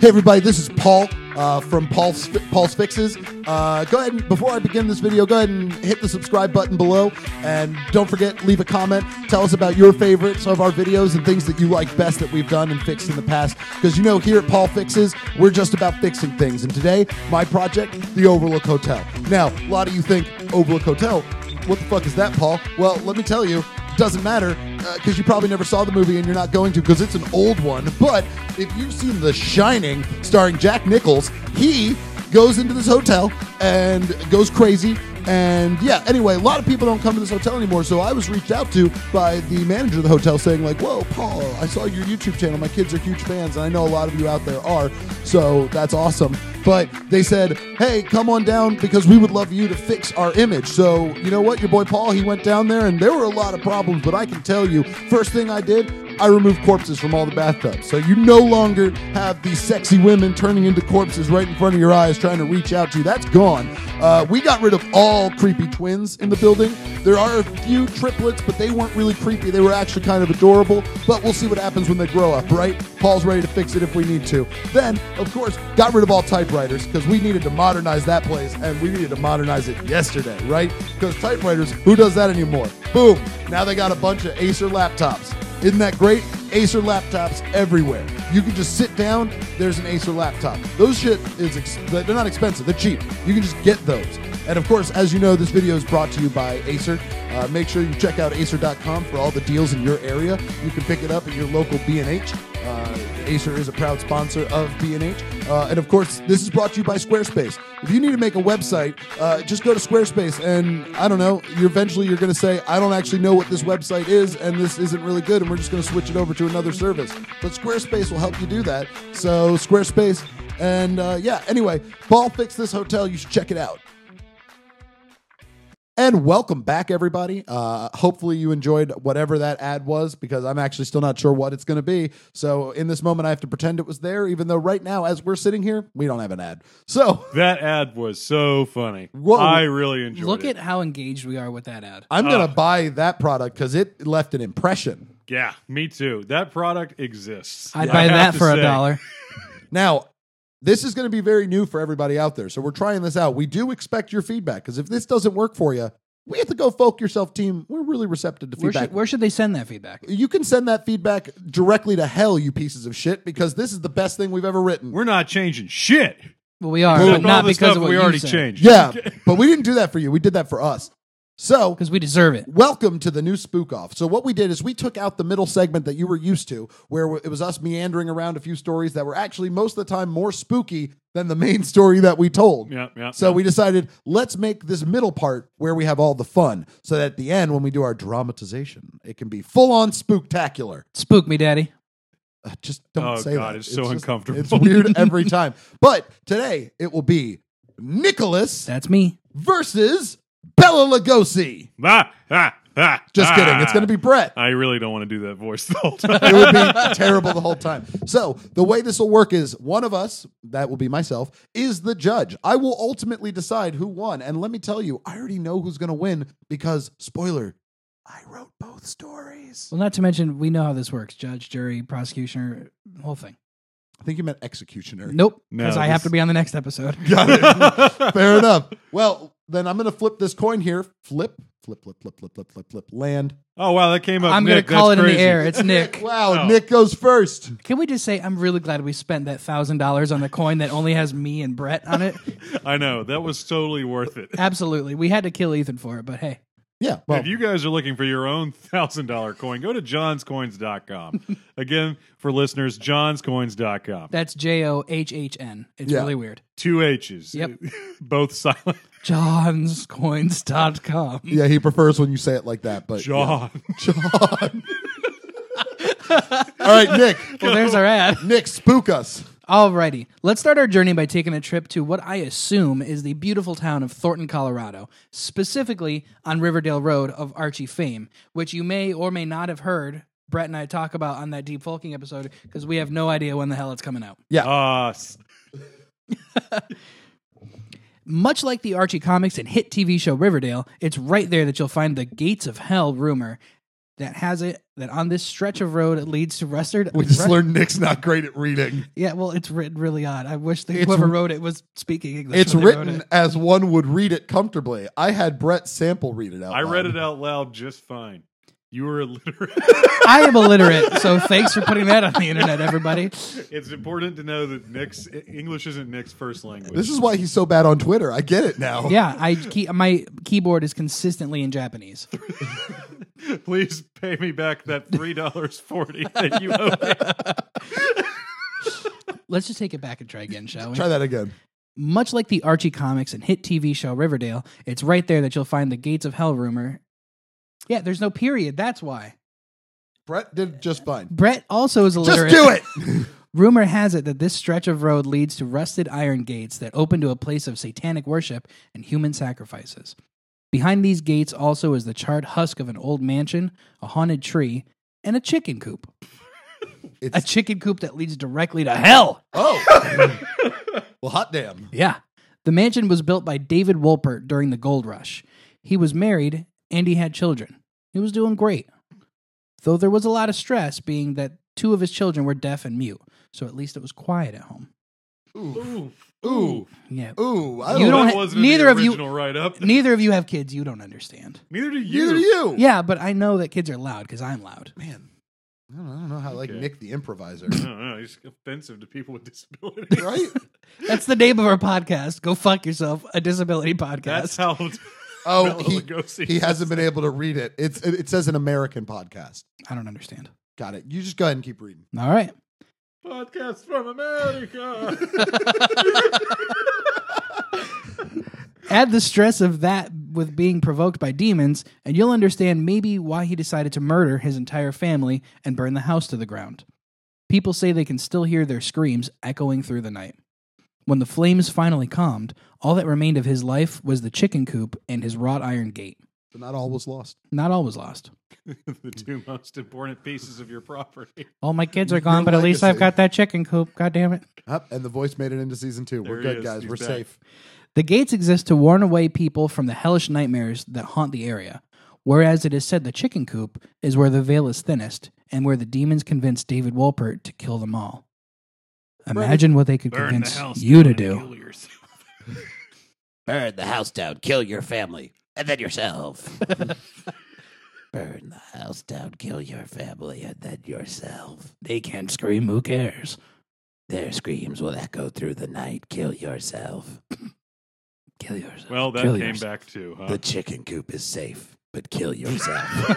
S2: Hey everybody, this is Paul uh, from Paul's Paul's Fixes. Uh, go ahead and before I begin this video, go ahead and hit the subscribe button below, and don't forget leave a comment. Tell us about your favorites of our videos and things that you like best that we've done and fixed in the past. Because you know, here at Paul Fixes, we're just about fixing things. And today, my project, the Overlook Hotel. Now, a lot of you think Overlook Hotel. What the fuck is that, Paul? Well, let me tell you, doesn't matter because you probably never saw the movie and you're not going to because it's an old one. But if you've seen The Shining starring Jack Nichols, he goes into this hotel and goes crazy. And yeah, anyway, a lot of people don't come to this hotel anymore. So I was reached out to by the manager of the hotel saying, like, whoa, Paul, I saw your YouTube channel. My kids are huge fans, and I know a lot of you out there are. So that's awesome. But they said, hey, come on down because we would love you to fix our image. So you know what? Your boy Paul, he went down there, and there were a lot of problems. But I can tell you, first thing I did, I removed corpses from all the bathtubs. So you no longer have these sexy women turning into corpses right in front of your eyes trying to reach out to you. That's gone. Uh, we got rid of all creepy twins in the building. There are a few triplets, but they weren't really creepy. They were actually kind of adorable. But we'll see what happens when they grow up, right? Paul's ready to fix it if we need to. Then, of course, got rid of all typewriters because we needed to modernize that place and we needed to modernize it yesterday, right? Because typewriters, who does that anymore? Boom. Now they got a bunch of Acer laptops. Isn't that great? Acer laptops everywhere. You can just sit down. There's an Acer laptop. Those shit is ex- they're not expensive. They're cheap. You can just get those. And of course, as you know, this video is brought to you by Acer. Uh, make sure you check out Acer.com for all the deals in your area. You can pick it up at your local B&H. Uh, Acer is a proud sponsor of B&H. Uh, and of course, this is brought to you by Squarespace. If you need to make a website, uh, just go to Squarespace, and I don't know, you're eventually you're going to say, I don't actually know what this website is, and this isn't really good, and we're just going to switch it over to another service. But Squarespace will help you do that. So Squarespace, and uh, yeah. Anyway, Paul fixed this hotel. You should check it out. And welcome back, everybody. Uh, hopefully, you enjoyed whatever that ad was because I'm actually still not sure what it's going to be. So, in this moment, I have to pretend it was there, even though right now, as we're sitting here, we don't have an ad. So,
S1: That ad was so funny.
S2: Whoa.
S1: I really enjoyed
S4: Look
S1: it.
S4: at how engaged we are with that ad.
S2: I'm going to buy that product because it left an impression.
S1: Yeah, me too. That product exists.
S4: I'd
S1: I
S4: buy
S1: have
S4: that
S1: to
S4: for a
S1: say.
S4: dollar.
S2: Now, this is going to be very new for everybody out there. So, we're trying this out. We do expect your feedback because if this doesn't work for you, we have to go folk yourself team. We're really receptive to
S4: Where
S2: feedback.
S4: should, where should they send that feedback?
S2: you can send that feedback directly to hell, you pieces of shit, because this is the best thing we've ever written.
S1: We're not changing shit.
S4: Well, we are,
S1: Except
S4: but not
S1: all the
S4: because
S1: stuff
S4: of what
S1: we
S4: you
S1: already
S4: said.
S1: changed. [laughs]
S2: Yeah, but we didn't do that for you. We did that for us. So,
S4: Because we deserve it.
S2: welcome to the new spook off. So, what we did is we took out the middle segment that you were used to, where it was us meandering around a few stories that were actually most of the time more spooky than the main [laughs] story that we told.
S1: Yeah, yeah.
S2: So, we decided let's make this middle part where we have all the fun so that at the end, when we do our dramatization, it can be full on spooktacular.
S4: Spook me, daddy.
S2: Uh, just don't
S1: Oh,
S2: say
S1: God,
S2: that.
S1: it's so
S2: just-
S1: uncomfortable.
S2: It's
S1: [laughs]
S2: weird every time. But today it will be Nicholas
S4: That's me.
S2: versus Bella Lugosi.
S1: Ah, ah, ah,
S2: Just
S1: ah.
S2: kidding. It's going to be Brett.
S1: I really don't want to do that voice the whole time.
S2: It would be terrible the whole time. So the way this will work is one of us, that will be myself, is the judge. I will ultimately decide who won. And let me tell you, I already know who's going to win because spoiler, I wrote both stories.
S4: Well, not to mention, we know how this works judge, jury, prosecutioner, whole thing.
S2: I think you meant executioner.
S4: Nope,
S1: No,
S4: because I have
S1: this-
S4: to be on the
S1: [laughs]
S4: next episode.
S2: Fair enough. Well, then I'm going to flip this coin here. Flip, flip, flip, flip, flip, flip, flip, flip. Land.
S1: [laughs] Oh wow, that came up.
S4: I'm
S1: Nick.
S4: gonna call
S1: That's
S4: it in the
S1: crazy.
S4: air. It's
S1: [laughs]
S4: Nick.
S2: Wow,
S1: Oh.
S2: Nick goes first.
S4: Can we just say I'm really glad we spent that thousand dollars on the coin that only has me and Brett on it?
S1: I know that was totally worth
S4: [laughs]
S1: it.
S4: Absolutely, we had to kill Ethan for it, but hey,
S2: Yeah. Well,
S1: if you guys are looking for your own thousand dollar coin, go to
S4: [laughs]
S1: johnscoins.com. Again, for listeners, johnscoins.com.
S4: that's J O H H N. It's
S2: Yeah.
S4: really weird.
S1: Two H's.
S4: Yep.
S1: [laughs] Both silent.
S4: [laughs] johnscoins.com.
S2: yeah, he prefers when you say it like that, but
S1: John.
S2: John. All right, Nick.
S4: Well, there's our ad.
S2: Nick, spook us.
S4: Alrighty, let's start our journey by taking a trip to what I assume is the beautiful town of Thornton, Colorado, specifically on Riverdale Road of Archie fame, which you may or may not have heard Brett and I talk about on that Deep Folking episode because we have no idea when the hell it's coming out.
S1: Ah, s-
S4: Much like the Archie comics and hit TV show Riverdale, it's right there that you'll find the Gates of Hell rumor that has it that on this stretch of road it leads to rusted.
S2: We just learned Nick's not great at reading.
S4: Yeah, well, it's written really odd. I wish that
S2: It's-
S4: whoever wrote it was speaking English.
S2: It's
S4: when they wrote
S2: written
S4: it.
S2: as one would read it comfortably. I had Brett Sample read it out.
S1: I
S2: loud.
S1: read it out loud just fine. You were illiterate. [laughs]
S4: I am illiterate, so thanks for putting that on the internet, everybody.
S1: it's important to know that Nick's English isn't Nick's first language.
S2: This is why he's so bad on Twitter. I get it now.
S4: Yeah, I key, my keyboard is consistently in Japanese.
S1: [laughs] Please pay me back that three dollars forty that you owe me.
S4: Let's just take it back and try again, shall we?
S2: Try that again.
S4: Much like the Archie comics and hit TV show Riverdale, it's right there that you'll find the Gates of Hell rumor. Yeah, there's no period. That's why.
S2: Brett did just fine.
S4: Brett also is illiterate.
S2: Just do it.
S4: Rumor has it that this stretch of road leads to rusted iron gates that open to a place of satanic worship and human sacrifices. Behind these gates also is the charred husk of an old mansion, a haunted tree, and a chicken coop. a
S2: [laughs] It's-
S4: chicken coop that leads directly to hell.
S2: oh. well, hot damn.
S4: Yeah. The mansion was built by David Wolpert during the gold rush. He was married and he had children. He was doing great. Though there was a lot of stress, being that two of his children were deaf and mute, so at least it was quiet at home.
S2: Ooh. Ooh.
S4: Yeah.
S2: Ooh. I don't
S4: You don't
S1: Oh, that
S4: ha-
S1: wasn't in
S4: neither
S1: the
S4: of you-
S1: original write up.
S4: Neither of you have kids. You don't understand.
S1: Neither do you.
S2: Neither do you.
S4: Yeah, but I know that kids are loud because I'm loud.
S2: Man. I don't, I don't know how, like,
S1: Okay.
S2: Nick the improviser.
S1: No, no, he's offensive to people with disabilities.
S2: right?
S4: That's the name of our podcast. Go fuck yourself, a disability podcast.
S1: That's how.
S2: Oh,
S1: Bela
S2: he,
S1: Lugosi.
S2: he hasn't been able to read it. It's It, it says an American podcast.
S4: I don't understand.
S2: Got it. You just go ahead and keep reading.
S4: All right.
S1: Podcast from America. [laughs]
S4: Add the stress of that with being provoked by demons, and you'll understand maybe why he decided to murder his entire family and burn the house to the ground. People say they can still hear their screams echoing through the night. When the flames finally calmed, all that remained of his life was the chicken coop and his wrought iron gate.
S2: But not all was lost.
S4: Not all was lost.
S1: the two most important pieces of your property.
S4: All my kids
S2: are
S4: are
S2: gone,
S4: gone,
S2: Your
S4: but at least I've
S2: legacy. got
S4: got that chicken coop. God damn it.
S2: Up, and the voice made it into season two.
S1: There
S2: We're
S1: he
S2: good,
S1: is.
S2: guys.
S1: He's
S2: We're
S1: back.
S2: safe.
S4: The gates exist to warn away people from the hellish nightmares that haunt the area, whereas it is said the chicken coop is where the veil is thinnest and where the demons convinced David Wolpert to kill them all. Imagine what they could convince you to do.
S5: Burn the house down, kill your family, and
S4: [laughs]
S5: then yourself. Burn the house down, kill your family, and then yourself.
S4: They can't scream, who cares?
S5: Their screams will echo through the night. Kill yourself.
S4: [coughs] Kill yourself.
S1: Well, that
S4: Kill
S1: came
S4: yourself.
S1: back too. Huh?
S5: The chicken coop is safe, but kill yourself.
S1: [laughs]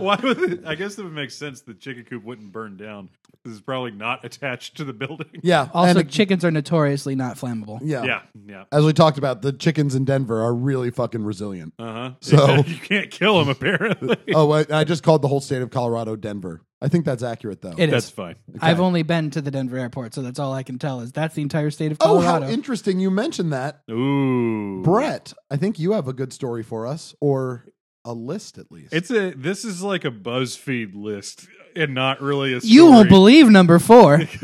S1: Why would it, I guess it would make sense that chicken coop wouldn't burn down. This is probably not attached to the building.
S2: Yeah.
S4: Also,
S2: and-
S4: chickens are notoriously not flammable.
S2: yeah.
S1: Yeah, yeah.
S2: As we talked about, the chickens in Denver are really fucking resilient.
S1: Uh huh.
S2: So-
S1: [laughs] you can't kill him apparently.
S2: oh, wait, I just called the whole state of Colorado Denver. I think [laughs] that's accurate, though.
S4: It
S1: That's
S4: is.
S1: fine.
S4: I've only been to the Denver airport, so that's all I can tell is that's the entire state of
S2: oh,
S4: Colorado.
S2: how interesting you mentioned that.
S1: Ooh,
S2: Brett, I think you have a good story for us, or a list at least.
S1: It's a. This is like a BuzzFeed list, and not really a. Story.
S4: you won't believe number
S1: [laughs]
S4: four.
S1: Click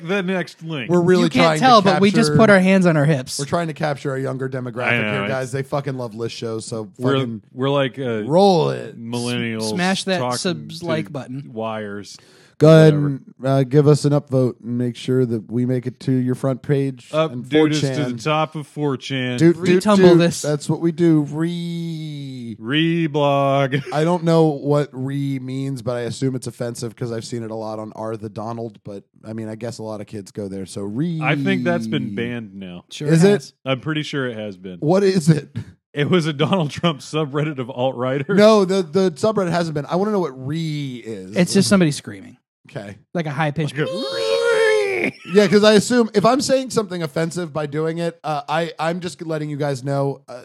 S1: the next link.
S2: we're really
S4: you
S2: trying
S4: can't tell,
S2: to capture,
S4: but we just put our hands on our hips.
S2: we're trying to capture our younger demographic
S1: I know,
S2: here,
S1: it's-
S2: guys. They fucking love list shows, so
S1: we're,
S2: fucking
S1: we're like uh,
S2: roll it.
S1: millennials.
S4: Smash that
S1: talking
S4: subs
S1: to
S4: like button.
S1: Wires.
S2: Go ahead and uh, give us an upvote and make sure that we make it to your front page
S1: Up,
S2: and
S1: dude, is to
S2: 4chan.
S1: the top of 4chan.
S2: Doot, doot,
S4: Retumble
S2: doot.
S4: this.
S2: That's what we do. Re.
S1: Reblog. [laughs]
S2: I don't know what re means, but I assume it's offensive because I've seen it a lot on R the Donald. But I mean, I guess a lot of kids go there. So re.
S1: I think that's been banned now.
S4: Sure
S2: Is
S4: has.
S2: it?
S1: I'm pretty sure it has been.
S2: What is it?
S1: It was a Donald Trump subreddit of alt writers.
S2: No, the the subreddit hasn't been. I want to know what re is.
S4: It's just somebody screaming,
S2: okay.
S4: like a high pitched.
S2: Yeah, because I assume if I'm saying something offensive by doing it, uh, I I'm just letting you guys know. Uh,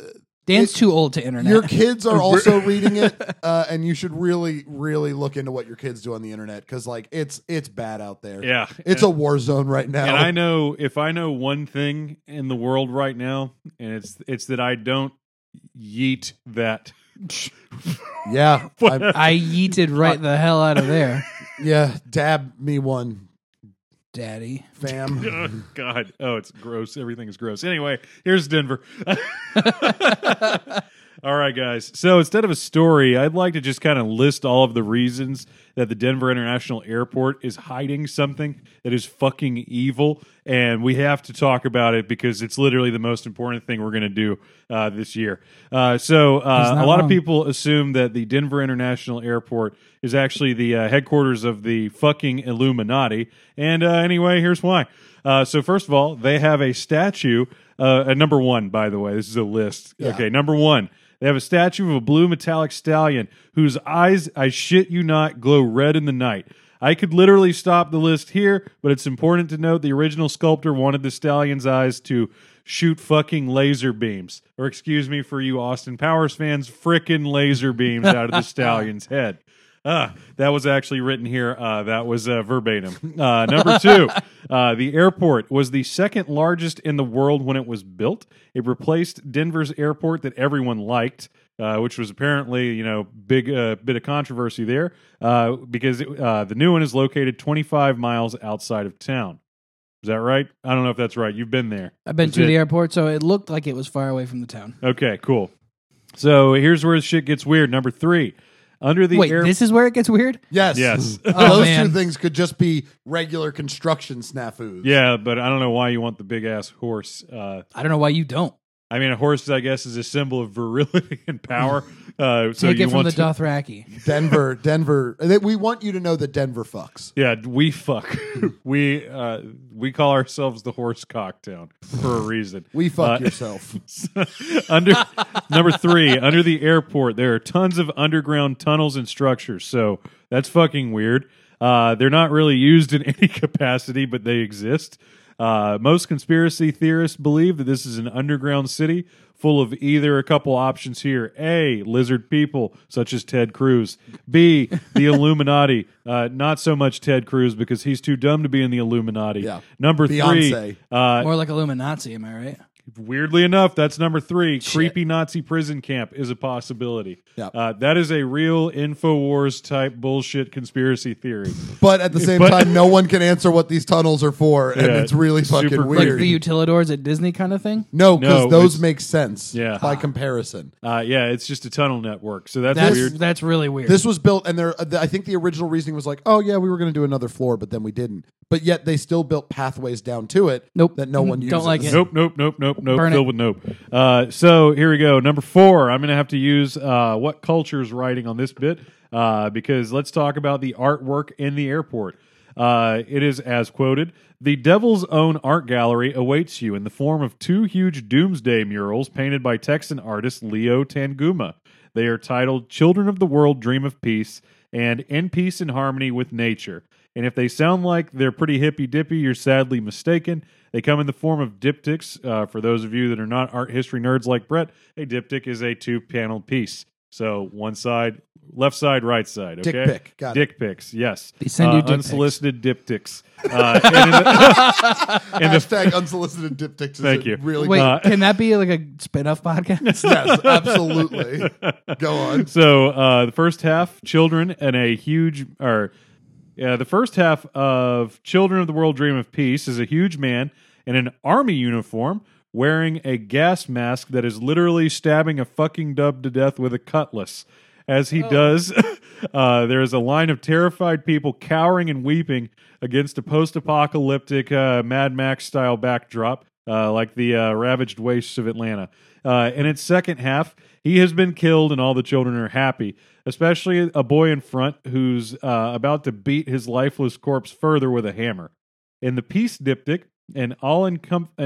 S4: Dan's too old to internet.
S2: Your kids
S1: [laughs]
S2: are also reading it, uh, and you should really, really look into what your kids do on the internet because, like, it's it's bad out
S1: [laughs]
S2: there.
S1: Yeah. and,
S2: it's a war zone right now.
S1: and I know if I know one thing in the world right now, and it's it's that I don't yeet that. [laughs]
S2: [laughs] yeah, I'm-
S4: I yeeted
S2: [laughs]
S4: right the hell out of there,
S2: yeah. Dab me one,
S4: Daddy.
S2: fam.
S1: [laughs] Oh, God. Oh, it's gross. Everything is gross. Anyway, here's Denver. all right, guys. So instead of a story, I'd like to just kind of list all of the reasons that the Denver International Airport is hiding something that is fucking evil. And we have to talk about it because it's literally the most important thing we're going to do uh, this year. Uh, so uh,
S4: He's
S1: a
S4: not
S1: lot of
S4: wrong.
S1: people people assume that the Denver International Airport is actually the uh, headquarters of the fucking Illuminati. And uh, anyway, here's why. Uh, so, first of all, they have a statue, uh, uh, number one, by the way. This is a list. Okay, number one. They have a statue of a blue metallic stallion whose eyes, I shit you not, glow red in the night. I could literally stop the list here, but it's important to note the original sculptor wanted the stallion's eyes to shoot fucking laser beams. Or excuse me for you Austin Powers fans, frickin' laser beams out of the stallion's head. Ah, that was actually written here. Uh, that was uh, verbatim. Uh, number
S4: [laughs]
S1: two, uh, the airport was the second largest in the world when it was built. It replaced Denver's airport that everyone liked, uh, which was apparently you know big uh, bit of controversy there uh, because it, uh, the new one is located 25 miles outside of town. Is that right? I don't know if that's right. You've been there.
S4: I've been
S1: Is
S4: to
S1: it-
S4: the airport, so it looked like it was far away from the town.
S1: Okay, cool. So here's where shit gets weird. Number three, under the
S4: Wait,
S1: air.
S4: this is where it gets weird.
S2: yes, Uh,
S1: Yes.
S4: Oh,
S2: Those
S4: man.
S2: two things could just be regular construction snafus.
S1: yeah, but I don't know why you want the big ass horse. Uh,
S4: I don't know why you don't
S1: I mean, a horse, I guess, is a symbol of virility [laughs] and power. Uh, so
S4: take
S1: you
S4: it from
S1: want
S4: the
S1: to,
S4: Dothraki.
S2: Denver, Denver. They- We want you to know that Denver fucks.
S1: Yeah, we fuck. [laughs] we uh, we call ourselves the horse cocktown for a reason.
S2: We fuck
S1: Uh,
S2: yourself.
S1: under number three, under the airport, there are tons of underground tunnels and structures. So that's fucking weird. Uh, they're not really used in [laughs] any capacity, but they exist. Uh, most conspiracy theorists believe that this is an underground city full of either a couple options here: a lizard people such as Ted Cruz, b
S2: [laughs]
S1: the Illuminati. Uh, not so much Ted Cruz because he's too dumb to be in the Illuminati.
S2: Yeah.
S1: Number
S2: Beyonce.
S1: three, uh,
S4: More like Illuminati, am I right?
S1: Weirdly enough, that's number three. Creepy Nazi prison camp is a possibility.
S2: Yeah.
S1: Uh, that is a real Infowars type bullshit conspiracy theory.
S2: But at the same
S1: But-
S2: time, no one can answer what these tunnels are for, and
S1: Yeah,
S2: it's really fucking
S1: super
S2: weird.
S4: Like the utilidors at Disney kind of thing.
S2: No, because
S1: No,
S2: those
S1: it's-
S2: make sense
S1: Yeah.
S2: by comparison.
S1: uh, yeah, it's just a tunnel network. So that's,
S4: That's
S1: weird.
S4: that's really weird.
S2: This was built, and there, I think the original reasoning was like, oh, yeah, we were going to do another floor, but then we didn't. But yet they still built pathways down to it
S4: Nope.
S2: that no one uses.
S4: [laughs] Don't like it.
S1: Nope, nope, nope, nope, nope.
S4: Burn it.
S1: Filled with nope. Uh, so here we go. Number four. I'm going to have to use uh, what culture's writing on this bit uh, because let's talk about the artwork in the airport. Uh, it is as quoted: "The Devil's Own art gallery awaits you in the form of two huge doomsday murals painted by Texan artist Leo Tanguma. They are titled "Children of the World Dream of Peace" and "In Peace and Harmony with Nature." And if they sound like they're pretty hippy dippy, you're sadly mistaken. They come in the form of diptychs. Uh, for those of you that are not art history nerds like Brett, a diptych is a two panel piece. So one side, left side, right side. Okay?
S2: Dick pic. Got it.
S1: dick pics. Yes.
S4: They send you
S1: Uh,
S4: dick pics.
S1: unsolicited diptychs. Uh, and in the, [laughs] in the-
S2: [laughs] Hashtag unsolicited diptychs. is
S1: Thank
S2: a
S1: you.
S2: Really
S4: Wait,
S1: Uh,
S4: can that be like a
S1: [laughs]
S4: spin-off podcast?
S2: yes, absolutely. Go
S1: [laughs]
S2: on.
S1: so uh, the first half, children and a huge or yeah, the first half of Children of the World Dream of Peace is a huge man in an army uniform wearing a gas mask that is literally stabbing a fucking dub to death with a cutlass. as he does. [laughs] Uh, there is a line of terrified people cowering and weeping against a post apocalyptic uh, Mad Max style backdrop, uh, like the uh, ravaged wastes of Atlanta. Uh, in its second half, he has been killed, and all the children are happy, especially a boy in front who's uh, about to beat his lifeless corpse further with a hammer. In the peace diptych, an all an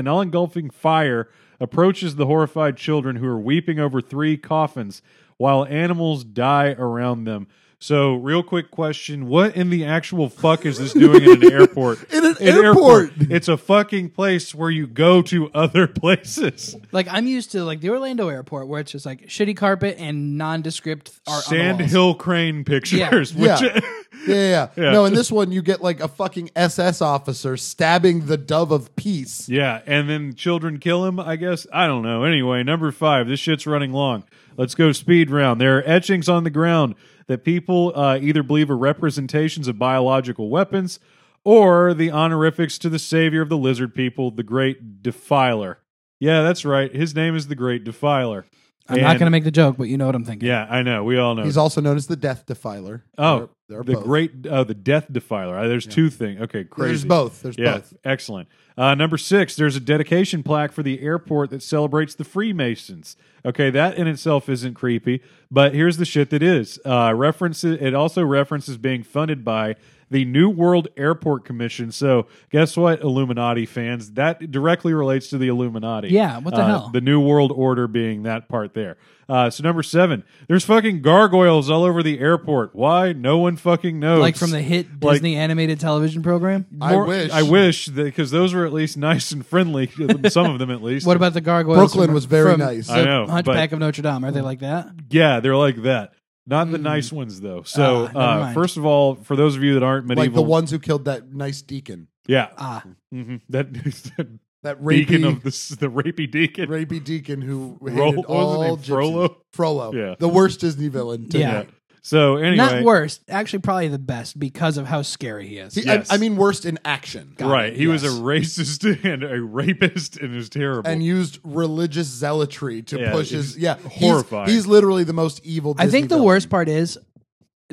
S1: all engulfing fire approaches the horrified children who are weeping over three coffins while animals die around them. So, real quick question: What in the actual fuck is this doing in
S2: [laughs]
S1: an airport?
S2: In an airport.
S1: it's a fucking place where you go to other places.
S4: Like I'm used to like the Orlando airport where it's just like shitty carpet and nondescript art. on
S1: Sand
S4: the walls.
S1: Hill Crane pictures.
S2: Yeah.
S1: Which, [laughs]
S2: Yeah, yeah, yeah.
S1: Yeah.
S2: No, in this one, you get like a fucking SS officer stabbing the dove of peace.
S1: Yeah, and then children kill him, I guess. I don't know. Anyway, number five, this shit's running long. Let's go speed round. There are etchings on the ground that people uh, either believe are representations of biological weapons or the honorifics to the savior of the lizard people, the Great Defiler. Yeah, that's right. His name is the Great Defiler.
S4: I'm not
S1: And-
S4: going to make the joke, but you know what I'm thinking.
S1: Yeah, I know. We all know.
S2: He's also known as the Death Defiler.
S1: oh,
S2: They're- they're
S1: the
S2: both.
S1: Great, uh, the Death Defiler. Uh, There's two things. Okay, crazy.
S2: There's both. There's
S1: yeah,
S2: both.
S1: excellent. Uh, number six, there's a dedication plaque for the airport that celebrates the Freemasons. Okay, that in itself isn't creepy, but here's the shit that is. Uh, references. It also references being funded by the New World Airport Commission. So guess what, Illuminati fans? That directly relates to the Illuminati.
S4: Yeah, what the
S1: Uh,
S4: hell?
S1: The New World Order being that part there. Uh, so number seven, there's fucking gargoyles all over the airport. Why? No one fucking knows.
S4: Like from the hit
S1: Like-
S4: Disney animated television program.
S2: I
S1: More-
S2: wish.
S1: I wish because those were at least nice and friendly. [laughs] some of them, at least.
S4: What about the gargoyles?
S2: Brooklyn
S4: from-
S2: was very
S4: from
S2: nice.
S4: the
S1: I know,
S4: Hunchback of Notre Dame. Are they like that?
S1: Yeah, they're like that. Not
S2: Hmm.
S1: the nice ones though. So, uh,
S4: Ah, never mind.
S1: first of all, for those of you that aren't medieval,
S2: like the ones who killed that nice deacon,
S1: yeah,
S4: Ah,
S1: hmm that, [laughs] that
S2: that rapey
S1: deacon of the the rapey deacon.
S2: rapey deacon who hated
S1: Ro- what was his
S2: all
S1: name?
S2: gypsies.
S1: Frollo?
S2: Frollo,
S1: Yeah.
S2: the worst Disney villain. To
S4: Yeah.
S2: yeah,
S1: So anyway,
S4: not worst. Actually, probably the best because of how scary he is.
S2: he,
S1: Yes.
S2: I, I mean worst in action,
S1: right? He was
S4: yes.
S1: a racist [laughs] and a rapist, and is terrible.
S2: and used religious zealotry to
S1: Yeah,
S2: push his.
S1: he's
S2: Yeah, he's-
S1: horrifying.
S2: He's, literally the most evil.
S4: I
S2: Disney
S4: think the
S2: villain.
S4: worst part is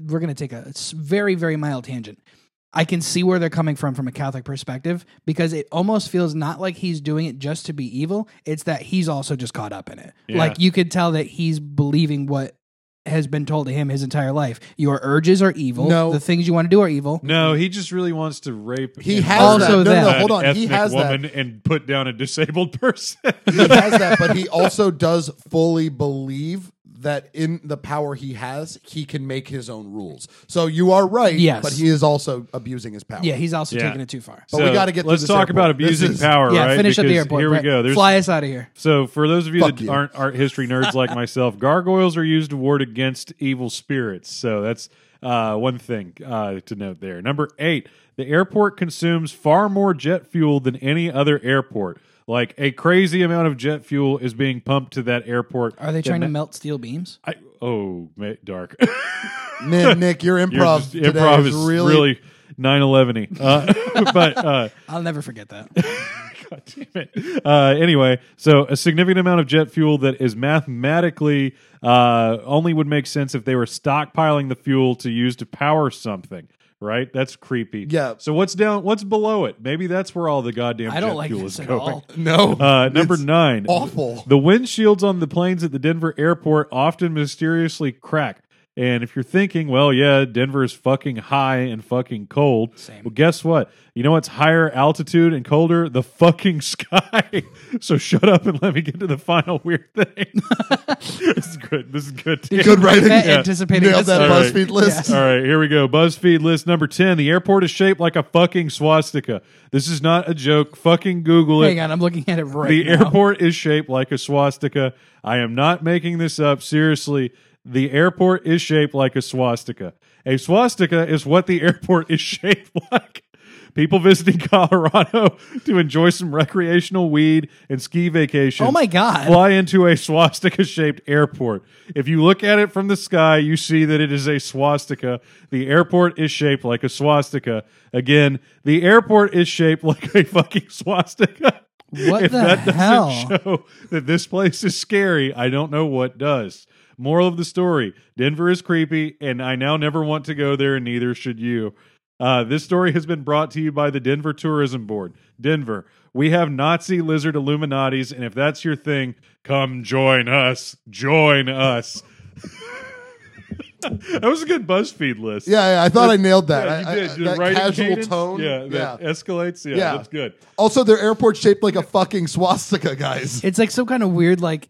S4: we're going to take a s- very very mild tangent. I can see where they're coming from from a Catholic perspective because it almost feels not like he's doing it just to be evil. It's that he's also just caught up in it.
S1: Yeah.
S4: Like you could tell that he's believing what has been told to him his entire life. Your urges are evil.
S2: No.
S4: The things you want to do are evil.
S1: no, he just really wants to rape.
S2: He
S1: and
S2: has that. No, no,
S4: Also that.
S2: no, hold on.
S1: an
S2: He
S1: ethnic
S2: has that.
S1: woman and put down a disabled [laughs] person.
S2: he has that, but
S1: [laughs]
S2: he also does fully believe that in the power he has, he can make his own rules. So you are right.
S4: Yes.
S2: but he is also abusing his power.
S4: Yeah, he's also
S1: Yeah.
S4: taking it too far.
S2: But we gotta get through
S1: Let's
S2: this
S1: talk about
S2: airport. This
S1: abusing
S2: is-
S1: power.
S4: yeah,
S1: right?
S4: finish up the
S1: Because
S4: airport.
S1: Here
S4: right?
S1: we go. There's
S4: Fly us out of here.
S1: So, for those of you
S2: Fuck
S1: that
S2: you.
S1: aren't art history nerds
S2: [laughs]
S1: like myself, gargoyles are used to ward against evil spirits. So, that's uh, one thing uh, to note there. Number eight, the airport consumes far more jet fuel than any other airport. Like a crazy amount of jet fuel is being pumped to that airport.
S4: Are they trying to melt steel beams?
S1: I, oh, ma- dark. [laughs]
S2: Man, Nick, your
S1: You're
S2: improv,
S1: just-
S2: today
S1: improv
S2: is
S1: is really 9 11 uh, [laughs] But. Uh,
S4: I'll never
S1: [laughs]
S4: forget that.
S1: God [laughs] damn it. Uh, anyway, so a significant amount of jet fuel that is mathematically uh, only would make sense if they were stockpiling the fuel to use to power something. Right, that's creepy.
S2: Yeah.
S1: So what's down? What's below it? Maybe that's where all the goddamn
S4: I don't
S1: jet
S4: like
S1: fuel
S4: this
S1: is
S4: at
S1: going. [laughs]
S4: all.
S2: [laughs] no
S1: Uh, number
S2: It's
S1: nine,
S2: awful.
S1: The windshields on the planes at the Denver airport often mysteriously crack. And if you're thinking, well, yeah, Denver is fucking high and fucking cold.
S4: Same.
S1: Well, guess what? You know what's higher altitude and colder? The fucking [laughs] sky. so shut up and let me get to the final weird thing. [laughs] this is good. This is good.
S2: [laughs] Good writing.
S4: Matt anticipating
S2: Nailed
S4: this.
S2: that
S1: All right.
S2: BuzzFeed list.
S1: All right, here we go. BuzzFeed list number 10. The airport is shaped like a fucking swastika. This is not a joke. Fucking Google it.
S4: Hang on, I'm looking at it right
S1: The
S4: now.
S1: airport is shaped like a swastika. I am not making this up. Seriously, the airport is shaped like a swastika. A swastika is what the [laughs] airport is shaped like. People visiting [laughs] Colorado to enjoy some recreational weed and ski vacation.
S4: Oh my God.
S1: Fly into a swastika shaped airport. If you look at it from the sky, you see that it is a swastika. The airport is shaped like a swastika. Again, the airport is shaped [laughs] like a fucking
S4: [laughs]
S1: swastika.
S4: What
S1: if
S4: the
S1: that doesn't
S4: hell?
S1: show that this place is scary, I don't know what does. Moral of the story Denver is creepy, and I now never want to go there, and neither should you. Uh, this story has been brought to you by the Denver Tourism Board. Denver, we have Nazi lizard Illuminatis, and if that's your thing, come join us. Join us. [laughs] that was a good BuzzFeed list.
S2: Yeah, yeah, I thought I nailed that.
S1: Yeah,
S2: I-
S1: you did.
S2: I-
S1: The
S2: that
S1: writing
S2: casual
S1: cadence,
S2: tone.
S1: Yeah, that escalates. Yeah,
S2: Yeah.
S1: that's good.
S2: Also, their airport shaped like a fucking swastika, guys.
S4: It's like some kind of weird, like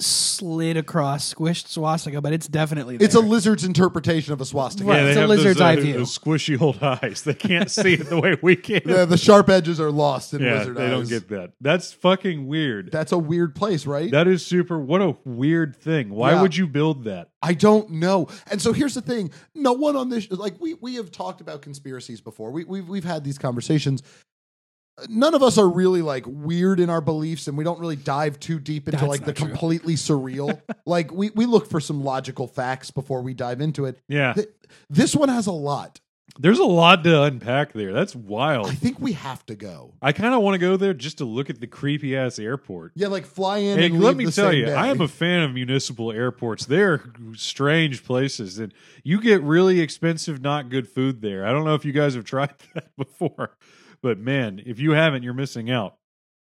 S4: slid across, squished swastika, but it's definitely there.
S2: It's a lizard's interpretation of a swastika.
S4: Right.
S1: yeah,
S4: it's a lizard's
S1: those,
S4: eye view.
S1: Those squishy old [laughs] eyes. They can't see it the way we
S2: [laughs]
S1: can.
S2: The, the sharp edges are lost in
S1: yeah,
S2: lizard
S1: they
S2: eyes.
S1: don't get that. That's fucking weird.
S2: That's a weird place, right?
S1: that is super. What a weird thing. Why
S2: Yeah.
S1: would you build that?
S2: I don't know. And so here's the thing: no one on this, like we we have talked about conspiracies before. We we've we've had these conversations. None of us are really like weird in our beliefs, and we don't really dive too deep into
S4: That's
S2: like the
S4: not true.
S1: [laughs]
S2: completely surreal. like we we look for some logical facts before we dive into it.
S1: Yeah,
S2: Th- This one has a lot.
S1: there's a lot to unpack there. That's wild.
S2: I think we have to go.
S1: I kind of want to go there just to look at the creepy ass airport.
S2: Yeah, like fly in.
S1: Hey,
S2: and
S1: let
S2: leave
S1: me
S2: the
S1: tell
S2: same
S1: you,
S2: day.
S1: I am a fan of municipal airports. They're strange places, and you get really expensive, not good food there. I don't know if you guys have [laughs] tried that before, but man, if you haven't, you're missing out.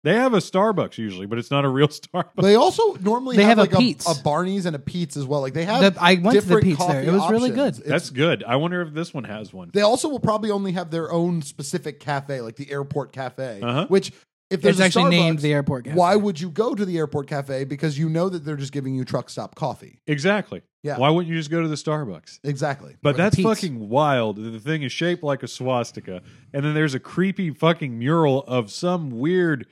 S1: They have a Starbucks usually, but it's not a real [laughs] Starbucks.
S2: They also normally
S4: They
S2: have,
S4: have a
S2: like
S4: Pete's.
S2: a, Barney's and a Pete's as well. Like they have.
S4: The- I went to the
S2: different
S4: Pete's there.
S2: coffee
S4: It was really good.
S2: options. It's-
S1: That's good. I wonder if this one has one.
S2: They also will probably only have their own specific cafe, like the airport cafe,
S1: Uh-huh.
S2: which if there's
S4: It's
S2: a
S4: actually
S2: Starbucks,
S4: named the airport. Cafe.
S2: Why would you go to the airport cafe? Because you know that they're just giving you truck stop coffee.
S1: Exactly.
S2: Yeah.
S1: Why wouldn't you just go to the Starbucks?
S2: Exactly.
S1: But
S4: the
S1: that's
S4: Pete's.
S1: fucking wild. that The thing is shaped like a swastika, and then there's a creepy fucking mural of some weird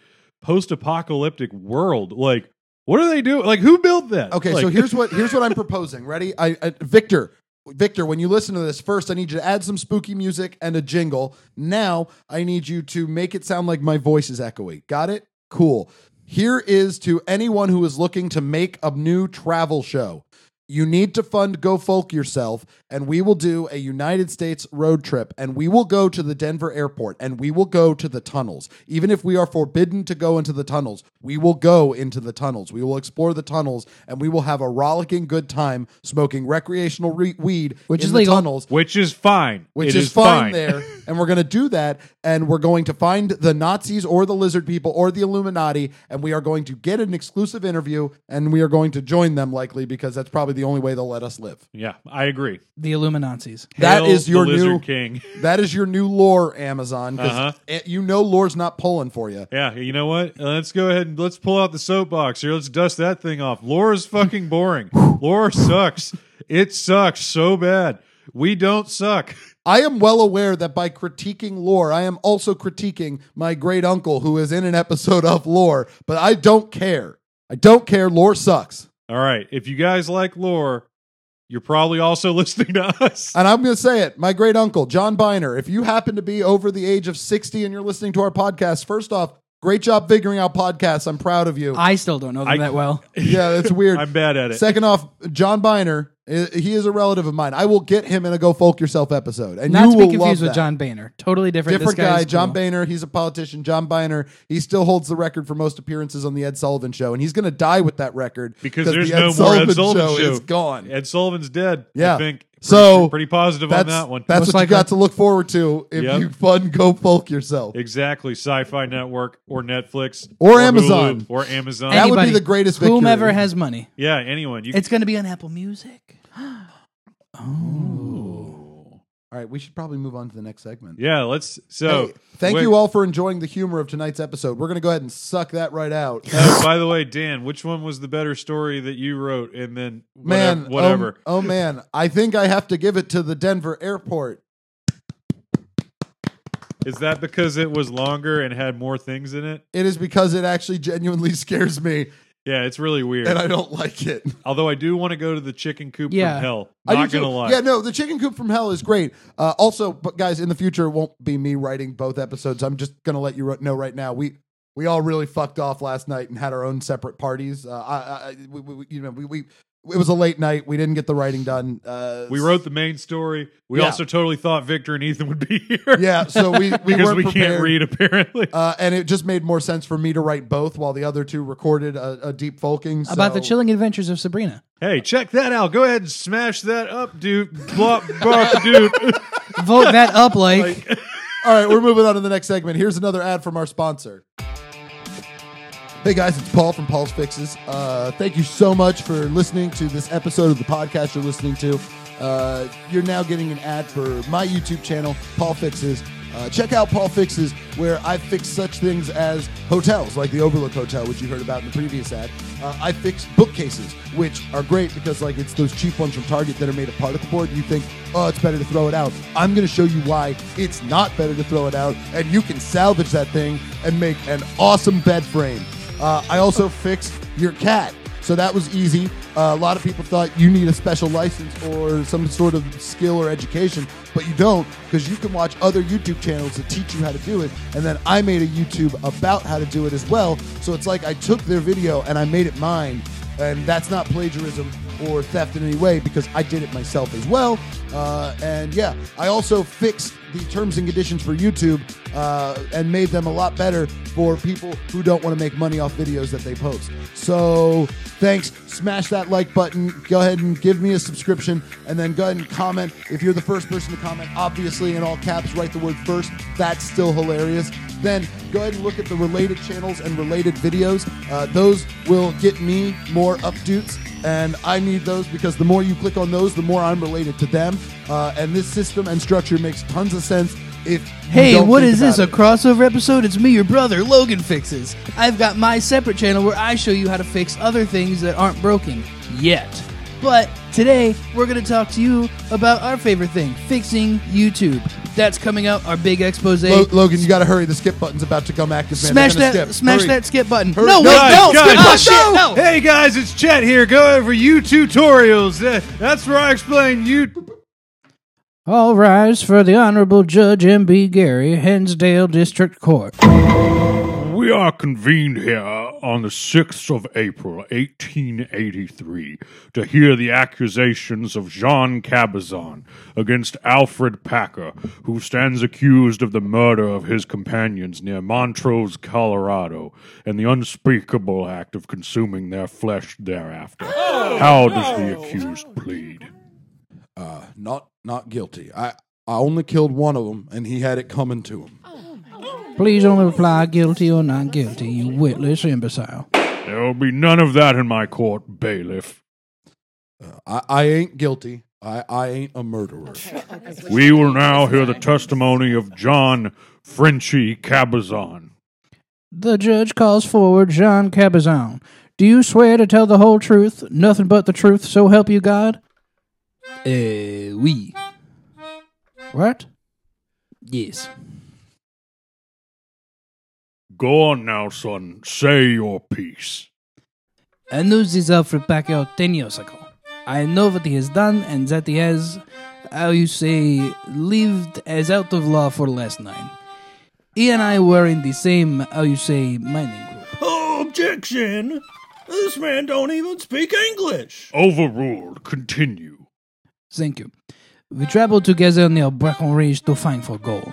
S1: post-apocalyptic world. Like, what are they doing? Like, who built that?
S2: Okay, so
S1: Like-
S2: here's what here's what I'm proposing. Ready? I, I Victor, Victor, when you listen to this, first I need you to add some spooky music and a jingle. Now I need you to make it sound like my voice is echoey. Got it? Cool. Here is to anyone who is looking to make a new travel show. You need to fund Go Folk yourself, and we will do a United States road trip, and we will go to the Denver airport, and we will go to the tunnels. Even if we are forbidden to go into the tunnels, we will go into the tunnels. We will explore the tunnels, and we will have a rollicking good time smoking recreational re- weed,
S4: Which
S2: in
S4: is
S2: the
S4: legal.
S2: tunnels,
S1: which is fine.
S2: which
S1: It
S2: is,
S1: [laughs]
S2: fine, there. And we're going to do that. And we're going to find the Nazis or the lizard people or the Illuminati. And we are going to get an exclusive interview and we are going to join them likely because that's probably the only way they'll let us live.
S1: Yeah, I agree.
S4: the Illuminazis?
S2: That
S1: Hail
S2: is your
S1: the Lizard
S2: new
S1: King. [laughs]
S2: that is your new lore, Amazon. 'cause
S1: Uh-huh.
S2: it- you know lore's not pulling for you.
S1: Yeah, you know what? Uh, Let's go ahead and let's pull out the soapbox here. Let's dust that thing off. Laura's fucking
S2: [laughs]
S1: boring. Laura sucks. It sucks so bad. We don't suck.
S2: I am well aware that by critiquing lore, I am also critiquing my great uncle who is in an episode of lore. But I don't care. I don't care. Lore sucks.
S1: All right. If you guys like lore, you're probably also [laughs] listening to
S2: [laughs]
S1: us.
S2: And I'm going to say it. My great uncle, John Biner, if you happen to be over the age of 60 and you're listening to our podcast, first off, great job figuring out podcasts. I'm proud of you.
S4: I still don't know them
S1: I-
S4: that well.
S2: [laughs] yeah, that's weird.
S1: I'm bad at it.
S2: Second off, John Biner, i- he is a relative of mine. I will get him in a Go Folk Yourself episode. And
S4: Not
S2: you
S4: to be
S2: will love
S4: confused with
S2: that.
S4: John Boehner. Totally different.
S2: Different
S4: This
S2: guy,
S4: is
S2: John
S4: cool.
S2: Boehner. He's a politician. John Boehner. He still holds the record for most appearances on the Ed Sullivan Show, and he's going to die with that record
S1: Because
S2: the
S1: there's
S2: Ed
S1: no more
S2: Sullivan
S1: Ed Sullivan
S2: show,
S1: Show.
S2: is gone.
S1: Ed Sullivan's dead.
S2: Yeah.
S1: I think. Pretty,
S2: So,
S1: pretty positive on
S2: that's
S1: that one.
S2: that's
S4: Most
S2: what you
S4: likely.
S2: got to look forward to if
S1: Yep.
S2: you fun Go Folk yourself.
S1: exactly. Sci-Fi Network or Netflix
S2: Or
S1: Hulu
S2: Amazon.
S1: or Amazon.
S2: That would be
S4: Anybody,
S2: the greatest victory.
S4: Whomever has money,
S1: yeah, anyone. You
S4: it's going to be on Apple Music.
S2: All right, we should probably move on to the next segment.
S1: Yeah, let's. So,
S2: Hey, thank
S1: wait,
S2: you all for enjoying the humor of tonight's episode. We're going to go ahead and suck that right out.
S1: uh, by the way, Dan, which one was the better story that you wrote? And then, whatever,
S2: [laughs] Man,
S1: whatever.
S2: um, oh man, I think I have to give it to the Denver airport.
S1: Is that because it was longer and had more things in it?
S2: It is because it actually genuinely [laughs] scares me
S1: Yeah, it's really weird.
S2: and I don't like it.
S1: Although I do want to go to the chicken coop
S4: Yeah.
S1: from hell.
S2: I
S1: Not
S2: do
S1: gonna
S2: too.
S1: lie.
S2: Yeah, no, the chicken coop from hell is great. Uh, also, but guys, in the future, it won't be me writing both episodes. I'm just gonna let you ro- know right now. We we all really fucked off last night and had our own separate parties. Uh, I, I, I- we, we, you know, we, we it was a late night. We didn't get the writing done. Uh,
S1: We wrote the main story. We
S2: Yeah.
S1: also totally thought Victor and Ethan would be [laughs] here.
S2: Yeah,
S1: [laughs]
S2: so we we
S1: because
S2: weren't
S1: we can't
S2: prepared.
S1: read apparently.
S2: Uh, and it just made more sense for me to write both while the other two recorded a, a deep folking. So.
S4: About the chilling adventures of Sabrina.
S1: hey, check that out. Go ahead and smash that up, dude. Blop,
S2: [laughs]
S1: barp, dude.
S4: Vote that up, like.
S2: All right, we're moving on to the next segment. Here's another ad from our sponsor. Hey guys, it's Paul from Paul's Fixes. Uh, thank you so much for listening to this episode of the podcast you're listening to. Uh, you're now getting an ad for my YouTube channel, Paul Fixes. Uh, check out Paul Fixes, where I fix such things as hotels, like the Overlook Hotel, which you heard about in the previous ad. Uh, I fix bookcases, which are great because like it's those cheap ones from Target that are made of particle board. And you think, oh, it's better to throw it out. I'm going to show you why it's not better to throw it out, and you can salvage that thing and make an awesome bed frame. Uh, I also fixed your cat. So that was easy. Uh, a lot of people thought you need a special license or some sort of skill or education, but you don't because you can watch other YouTube channels that teach you how to do it. And then I made a YouTube about how to do it as well. So it's like I took their video and I made it mine. And that's not plagiarism or theft in any way because I did it myself as well. Uh, and yeah, I also fixed the terms and conditions for YouTube uh, and made them a lot better for people who don't want to make money off videos that they post. So thanks. Smash that like button. Go ahead and give me a subscription and then go ahead and comment. If you're the first person to comment, obviously in all caps, write the word first. That's still hilarious. Then go ahead and look at the related channels and related videos. Uh, those will get me more updates and I need those because the more you click on those, the more I'm related to them. Uh, and this system and structure makes tons of sense. If you
S4: Hey,
S2: don't
S4: what
S2: think
S4: is this?
S2: about
S4: A crossover episode? It's me, your brother, Logan Fixes. I've got my separate channel where I show you how to fix other things that aren't broken yet. But today, we're going to talk to you about our favorite thing fixing YouTube. That's coming out, our big expose.
S2: it? Lo- Logan, you got to hurry. The skip button's about to come active. Man.
S4: smash
S2: They're
S4: that,
S2: gonna skip.
S4: smash
S2: Hurry.
S4: that skip button.
S2: Hurry.
S4: No, wait,
S2: Guys,
S4: no,
S1: guys,
S4: skip button,
S1: guys,
S4: Oh, shit, no.
S1: Hey guys, it's Chet here. Go over you tutorials. Uh, That's where I explain you.
S4: All rise for the Honorable Judge M.B. Gary, Hensdale District Court.
S1: We are convened here on the 6th of April, 1883, to hear the accusations of Jean Cabazon against Alfred Packer, who stands accused of the murder of his companions near Montrose, Colorado, and the unspeakable act of consuming their flesh thereafter. How does the accused plead?
S2: Uh, not not guilty. I I only killed one of them, and he had it coming to him.
S4: Please only reply guilty or not guilty, you witless imbecile.
S1: There will be none of that in my court, bailiff.
S2: I, I ain't guilty. I, I ain't a murderer.
S1: We will now hear the testimony of John Frenchy Cabazon.
S4: The judge calls forward Jean Cabazon. Do you swear to tell the whole truth, nothing but the truth, so help you God? Eh, oui. What? Yes.
S1: Go on now, son. Say your piece.
S4: I knew this Alfred Packer ten years ago. I know what he has done and that he has, how you say, lived as out of law for last nine. He and I were in the same, how you say, mining group.
S6: Objection! This man don't even speak English.
S1: Overruled. Continue.
S4: Thank you. We traveled together near Brecon Ridge to find for gold.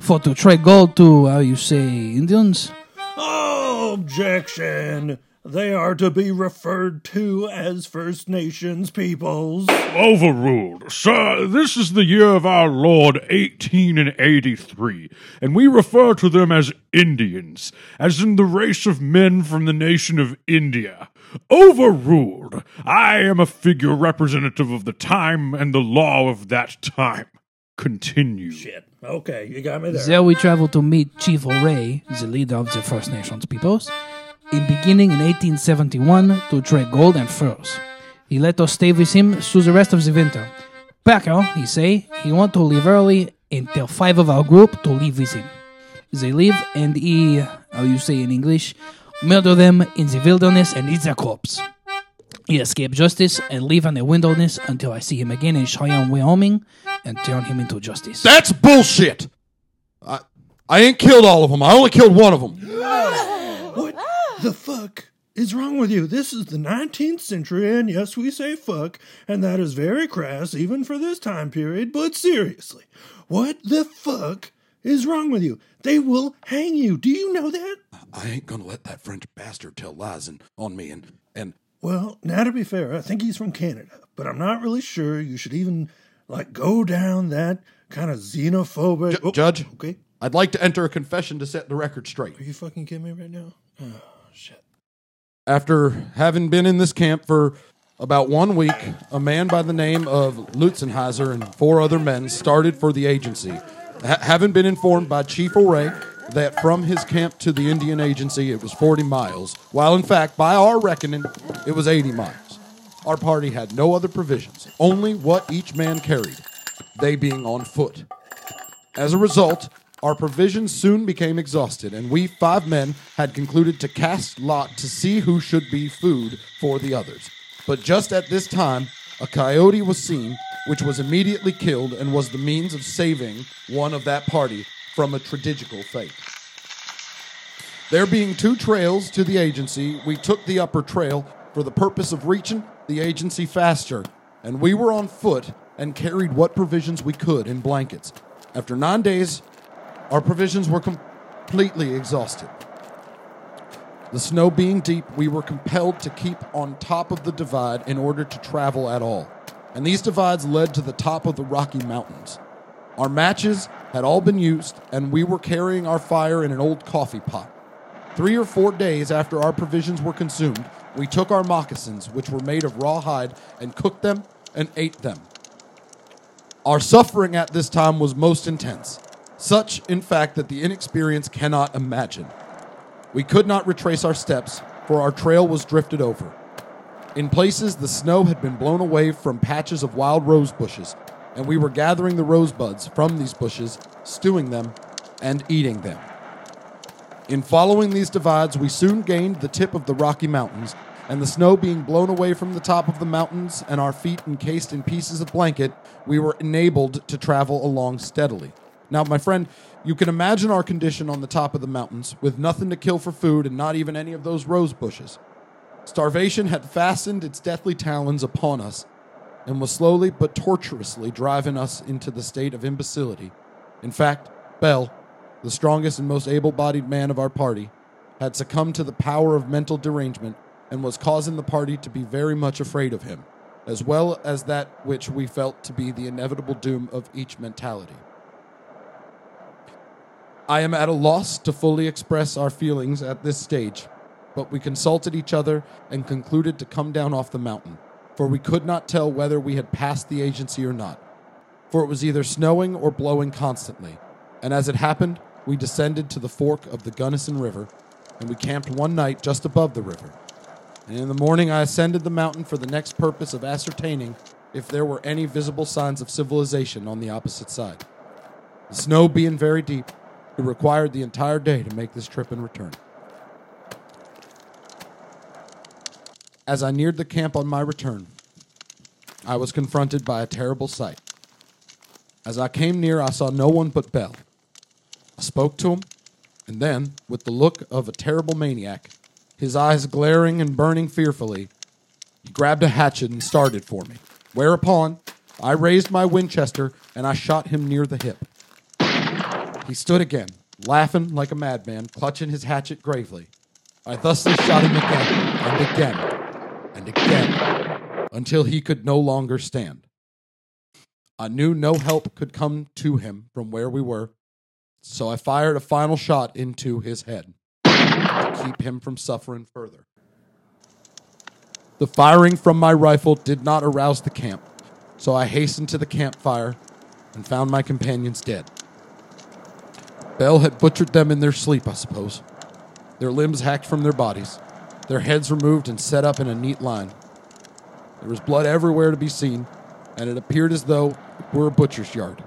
S4: For to trade gold to, how you say, Indians?
S6: Objection! They are to be referred to as First Nations peoples.
S1: Overruled. Sir, this is the year of our Lord 1883, and we refer to them as Indians, as in the race of men from the nation of India. Overruled. I am a figure representative of the time and the law of that time. Continue.
S6: Shit. Okay, you got me there.
S4: There we traveled to meet Chief O'Ray, the leader of the First Nations peoples, in beginning in 1871 to trade gold and furs. He let us stay with him through the rest of the winter. Packer, he say, he want to leave early and tell five of our group to leave with him. They leave and he, how you say in English, murder them in the wilderness and eat their corpse. He escaped justice and live in the wilderness until I see him again in Cheyenne, Wyoming, and turn him into justice.
S2: That's bullshit. I I ain't killed all of them. I only killed one of them.
S6: What the fuck is wrong with you? This is the 19th century, and yes, we say fuck, and that is very crass, even for this time period, but seriously, what the fuck is wrong with you? They will hang you. Do you know that?
S7: I ain't gonna let that French bastard tell lies and, on me and and
S6: Well, now to be fair, I think he's from Canada, but I'm not really sure you should even like go down that kind of xenophobic.
S2: Ju-
S6: Oh,
S2: Judge?
S6: okay,
S2: I'd like to enter a confession to set the record straight.
S6: are you fucking kidding me right now? Oh shit!
S2: After having been in this camp for about one week, a man by the name of Lutzenheiser and four other men started for the agency. Ha- having been informed by Chief O'Ray that from his camp to the Indian agency it was 40 miles, while in fact, by our reckoning, it was 80 miles. Our party had no other provisions, only what each man carried, they being on foot. As a result, our provisions soon became exhausted, and we five men had concluded to cast lot to see who should be food for the others. But just at this time, a coyote was seen, which was immediately killed and was the means of saving one of that party from a tragical fate. There being two trails to the agency, we took the upper trail for the purpose of reaching the agency faster, and we were on foot and carried what provisions we could in blankets. After nine days, our provisions were completely exhausted. The snow being deep, we were compelled to keep on top of the divide in order to travel at all, and these divides led to the top of the Rocky Mountains. Our matches had all been used, and we were carrying our fire in an old coffee pot. Three or four days after our provisions were consumed, we took our moccasins, which were made of raw hide, and cooked them and ate them. Our suffering at this time was most intense, such, in fact, that the inexperienced cannot imagine. We could not retrace our steps, for our trail was drifted over. In places, the snow had been blown away from patches of wild rose bushes, and we were gathering the rosebuds from these bushes, stewing them, and eating them. In following these divides, we soon gained the tip of the Rocky Mountains, and the snow being blown away from the top of the mountains and our feet encased in pieces of blanket, we were enabled to travel along steadily. Now, my friend, you can imagine our condition on the top of the mountains with nothing to kill for food and not even any of those rose bushes. Starvation had fastened its deathly talons upon us and was slowly but tortuously driving us into the state of imbecility. In fact, Bell, the strongest and most able bodied man of our party, had succumbed to the power of mental derangement and was causing the party to be very much afraid of him, as well as that which we felt to be the inevitable doom of each mentality. I am at a loss to fully express our feelings at this stage, but we consulted each other and concluded to come down off the mountain, for we could not tell whether we had passed the agency or not, for it was either snowing or blowing constantly. And as it happened, we descended to the fork of the Gunnison River, and we camped one night just above the river. And in the morning, I ascended the mountain for the next purpose of ascertaining if there were any visible signs of civilization on the opposite side. The snow being very deep, it required the entire day to make this trip and return. As I neared the camp on my return, I was confronted by a terrible sight. As I came near, I saw no one but Bell. I spoke to him, and then, with the look of a terrible maniac, his eyes glaring and burning fearfully, he grabbed a hatchet and started for me. Whereupon, I raised my Winchester and I shot him near the hip. He stood again, laughing like a madman, clutching his hatchet gravely. I thusly shot him again and again and again until he could no longer stand. I knew no help could come to him from where we were, so I fired a final shot into his head to keep him from suffering further. The firing from my rifle did not arouse the camp, so I hastened to the campfire and found my companions dead. Bell had butchered them in their sleep, I suppose. Their limbs hacked from their bodies, their heads removed and set up in a neat line. There was blood everywhere to be seen, and it appeared as though it were a butcher's yard.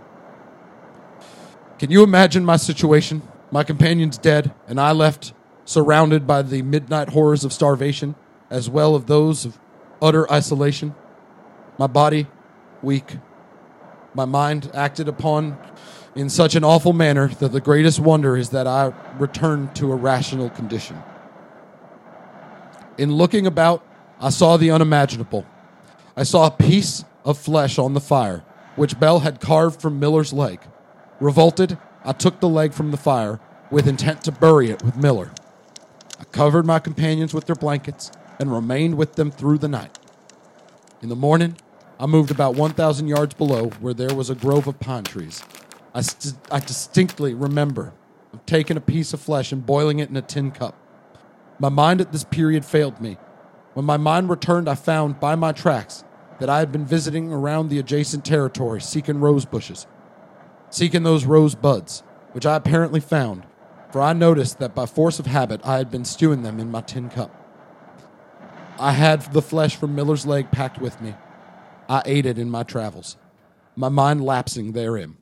S2: Can you imagine my situation? My companion's dead, and I left, surrounded by the midnight horrors of starvation, as well as those of utter isolation. My body, weak. My mind acted upon in such an awful manner that the greatest wonder is that I returned to a rational condition. In looking about, I saw the unimaginable. I saw a piece of flesh on the fire, which Bell had carved from Miller's leg. Revolted, I took the leg from the fire with intent to bury it with Miller. I covered my companions with their blankets and remained with them through the night. In the morning, I moved about 1,000 yards below where there was a grove of pine trees. I, st- I distinctly remember of taking a piece of flesh and boiling it in a tin cup. My mind at this period failed me. When my mind returned, I found by my tracks that I had been visiting around the adjacent territory seeking rose bushes, seeking those rose buds, which I apparently found, for I noticed that by force of habit I had been stewing them in my tin cup. I had the flesh from Miller's leg packed with me. I ate it in my travels, my mind lapsing therein.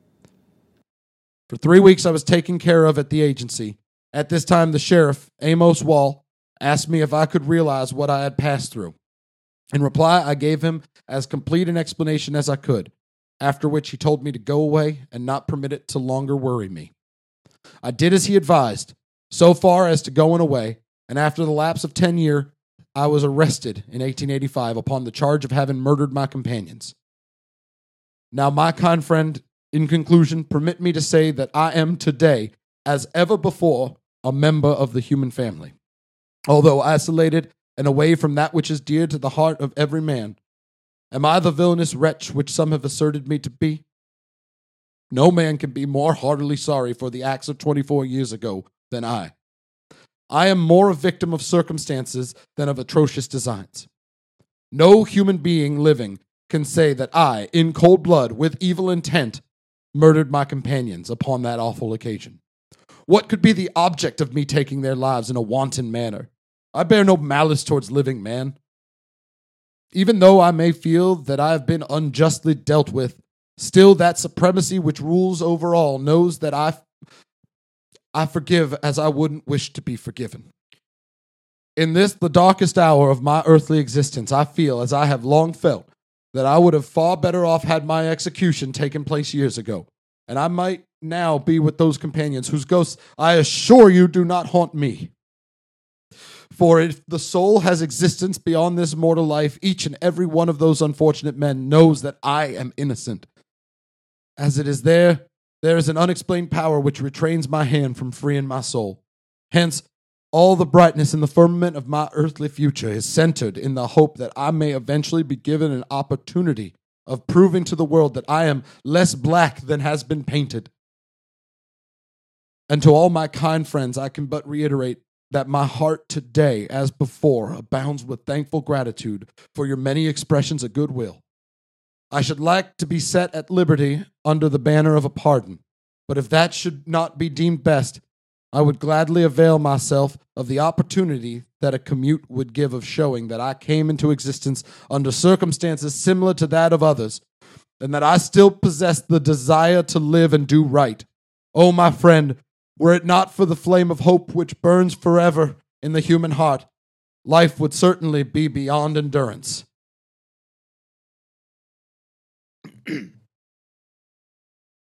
S2: For three weeks, I was taken care of at the agency. At this time, the sheriff, Amos Wall, asked me if I could realize what I had passed through. In reply, I gave him as complete an explanation as I could, after which he told me to go away and not permit it to longer worry me. I did as he advised, so far as to going away, and after the lapse of 10 year, I was arrested in 1885 upon the charge of having murdered my companions. Now, my kind friend, in conclusion, permit me to say that I am today, as ever before, a member of the human family. Although isolated and away from that which is dear to the heart of every man, am I the villainous wretch which some have asserted me to be? No man can be more heartily sorry for the acts of 24 years ago than I. I am more a victim of circumstances than of atrocious designs. No human being living can say that I, in cold blood, with evil intent, murdered my companions upon that awful occasion. What could be the object of me taking their lives in a wanton manner? I bear no malice towards living man. Even though I may feel that I have been unjustly dealt with, still that supremacy which rules over all knows that I, I forgive as I wouldn't wish to be forgiven. In this, the darkest hour of my earthly existence, I feel, as I have long felt, that I would have far better off had my execution taken place years ago, and I might now be with those companions whose ghosts I assure you do not haunt me. For if the soul has existence beyond this mortal life, each and every one of those unfortunate men knows that I am innocent. As it is there, there is an unexplained power which retrains my hand from freeing my soul. Hence, all the brightness in the firmament of my earthly future is centered in the hope that I may eventually be given an opportunity of proving to the world that I am less black than has been painted. And to all my kind friends, I can but reiterate that my heart today, as before, abounds with thankful gratitude for your many expressions of goodwill. I should like to be set at liberty under the banner of a pardon, but if that should not be deemed best, I would gladly avail myself of the opportunity that a commute would give of showing that I came into existence under circumstances similar to that of others, and that I still possess the desire to live and do right. Oh, my friend, were it not for the flame of hope which burns forever in the human heart, life would certainly be beyond endurance.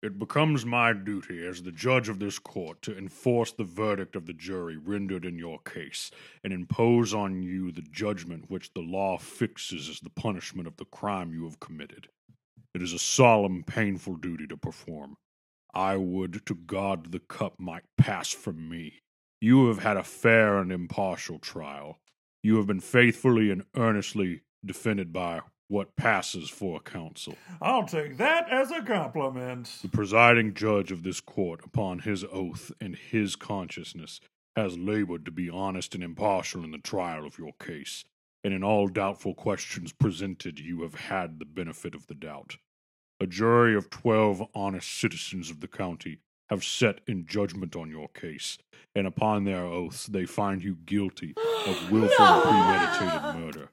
S1: It becomes my duty as the judge of this court to enforce the verdict of the jury rendered in your case and impose on you the judgment which the law fixes as the punishment of the crime you have committed. It is a solemn, painful duty to perform. I would to God the cup might pass from me. You have had a fair and impartial trial. You have been faithfully and earnestly defended by what passes for a counsel.
S6: I'll take that as a compliment.
S1: The presiding judge of this court, upon his oath and his consciousness, has labored to be honest and impartial in the trial of your case, and in all doubtful questions presented, you have had the benefit of the doubt. A jury of twelve honest citizens of the county have set in judgment on your case, and upon their oaths, they find you guilty of wilful and premeditated murder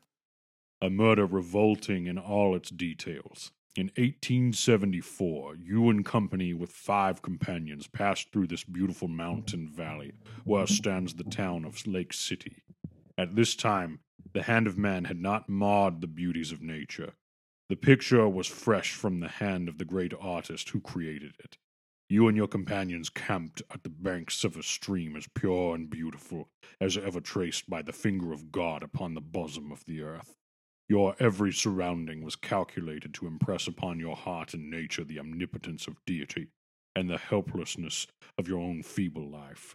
S1: a murder revolting in all its details. In 1874, you and company with five companions passed through this beautiful mountain valley where stands the town of Lake City. At this time, the hand of man had not marred the beauties of nature. The picture was fresh from the hand of the great artist who created it.
S8: You and your companions camped at the banks of a stream as pure and beautiful as ever traced by the finger of God upon the bosom of the earth. Your every surrounding was calculated to impress upon your heart and nature the omnipotence of deity and the helplessness of your own feeble life.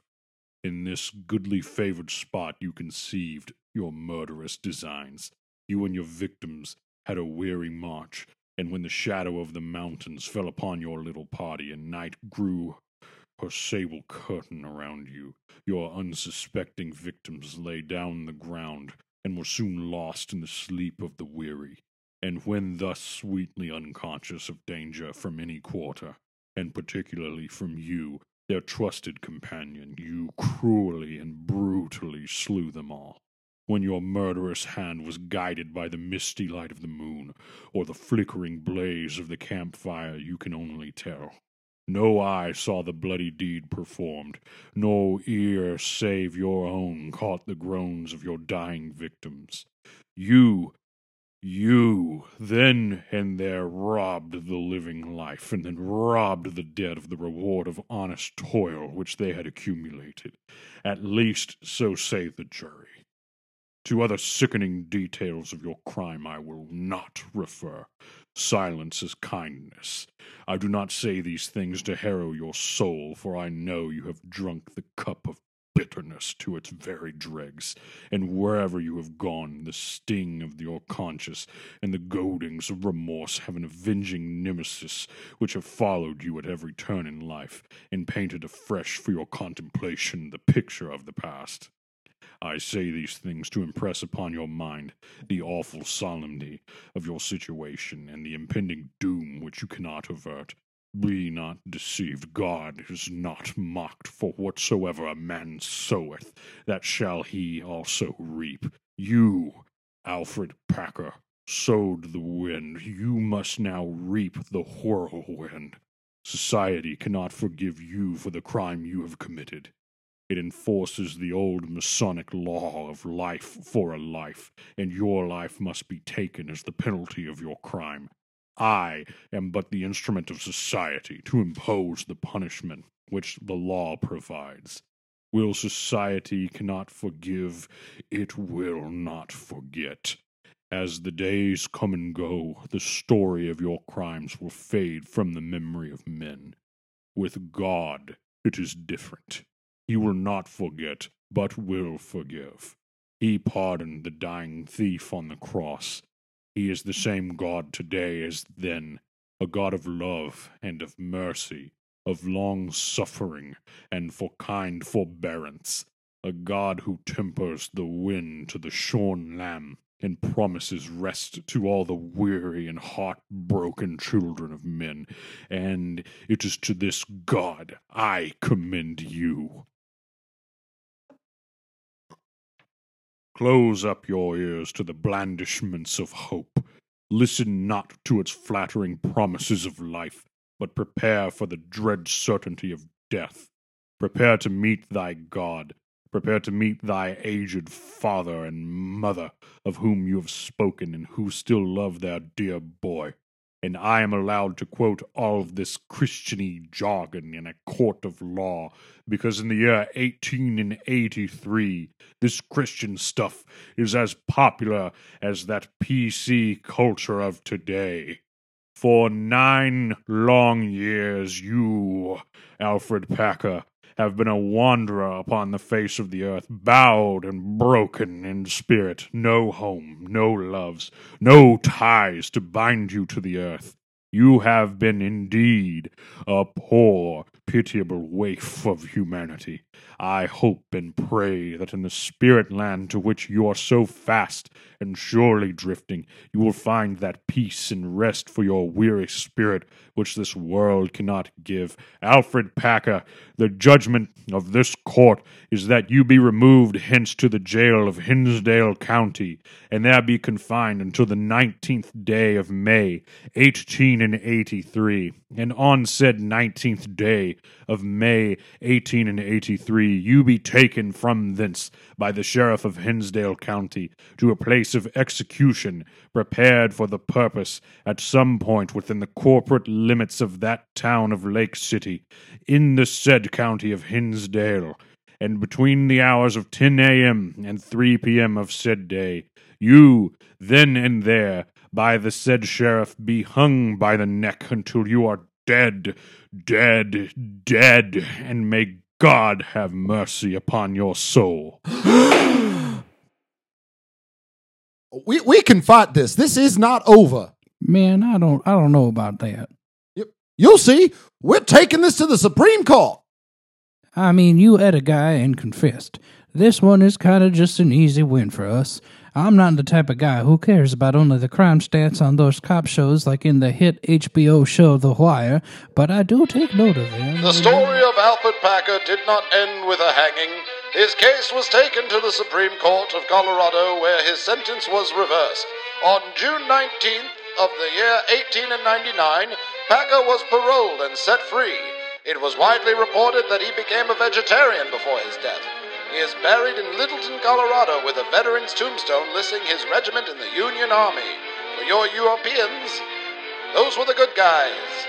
S8: In this goodly favored spot you conceived your murderous designs. You and your victims had a weary march, and when the shadow of the mountains fell upon your little party and night grew her sable curtain around you, your unsuspecting victims lay down the ground and were soon lost in the sleep of the weary. And when thus sweetly unconscious of danger from any quarter, and particularly from you, their trusted companion, you cruelly and brutally slew them all. When your murderous hand was guided by the misty light of the moon, or the flickering blaze of the campfire, you can only tell. No eye saw the bloody deed performed, no ear save your own caught the groans of your dying victims. You, you then and there robbed the living life, and then robbed the dead of the reward of honest toil which they had accumulated. At least so say the jury. To other sickening details of your crime I will not refer. Silence is kindness. I do not say these things to harrow your soul, for I know you have drunk the cup of bitterness to its very dregs, and wherever you have gone, the sting of your conscience and the goadings of remorse have an avenging nemesis which have followed you at every turn in life, and painted afresh for your contemplation the picture of the past. I say these things to impress upon your mind the awful solemnity of your situation and the impending doom which you cannot avert. Be not deceived. God is not mocked, for whatsoever a man soweth, that shall he also reap. You, Alfred Packer, sowed the wind. You must now reap the whirlwind. Society cannot forgive you for the crime you have committed. It enforces the old Masonic law of life for a life, and your life must be taken as the penalty of your crime. I am but the instrument of society to impose the punishment which the law provides. Will society cannot forgive, it will not forget. As the days come and go, the story of your crimes will fade from the memory of men. With God, it is different. He will not forget, but will forgive. He pardoned the dying thief on the cross. He is the same God today as then, a God of love and of mercy, of long suffering and for kind forbearance, a God who tempers the wind to the shorn lamb and promises rest to all the weary and heart-broken children of men. And it is to this God I commend you. Close up your ears to the blandishments of hope. Listen not to its flattering promises of life, but prepare for the dread certainty of death. Prepare to meet thy God. Prepare to meet thy aged father and mother, of whom you have spoken and who still love their dear boy. And I am allowed to quote all of this Christiany jargon in a court of law, because in the year 1883, this Christian stuff is as popular as that PC culture of today. For nine long years, you, Alfred Packer, have been a wanderer upon the face of the earth, bowed and broken in spirit, no home, no loves, no ties to bind you to the earth. You have been indeed a poor, pitiable waif of humanity. I hope and pray that in the spirit land to which you are so fast and surely drifting, you will find that peace and rest for your weary spirit which this world cannot give. Alfred Packer, the judgment of this court is that you be removed hence to the jail of Hinsdale County, and there be confined until the nineteenth day of May, eighteen
S1: 1883, and on said 19th day of May 1883, you be taken from thence by the sheriff of Hinsdale County to a place of execution prepared for the purpose at some point within the corporate limits of that town of Lake City, in the said county of Hinsdale, and between the hours of 10 a.m. and 3 p.m. of said day, you, then and there, by the said sheriff, be hung by the neck until you are dead, dead, dead, and may God have mercy upon your soul.
S2: We we can fight this. This is not over.
S4: Man, I don't I don't know about that.
S2: You'll see. We're taking this to the Supreme Court.
S4: I mean, you had a guy and confessed. This one is kind of just an easy win for us. I'm not the type of guy who cares about only the crime stats on those cop shows like in the hit HBO show The Wire, but I do take note of them.
S9: The story of Alfred Packer did not end with a hanging. His case was taken to the Supreme Court of Colorado, where his sentence was reversed. On June 19th of the year 1899, Packer was paroled and set free. It was widely reported that he became a vegetarian before his death. He is buried in Littleton, Colorado, with a veteran's tombstone listing his regiment in the Union Army. For your Europeans, those were the good guys.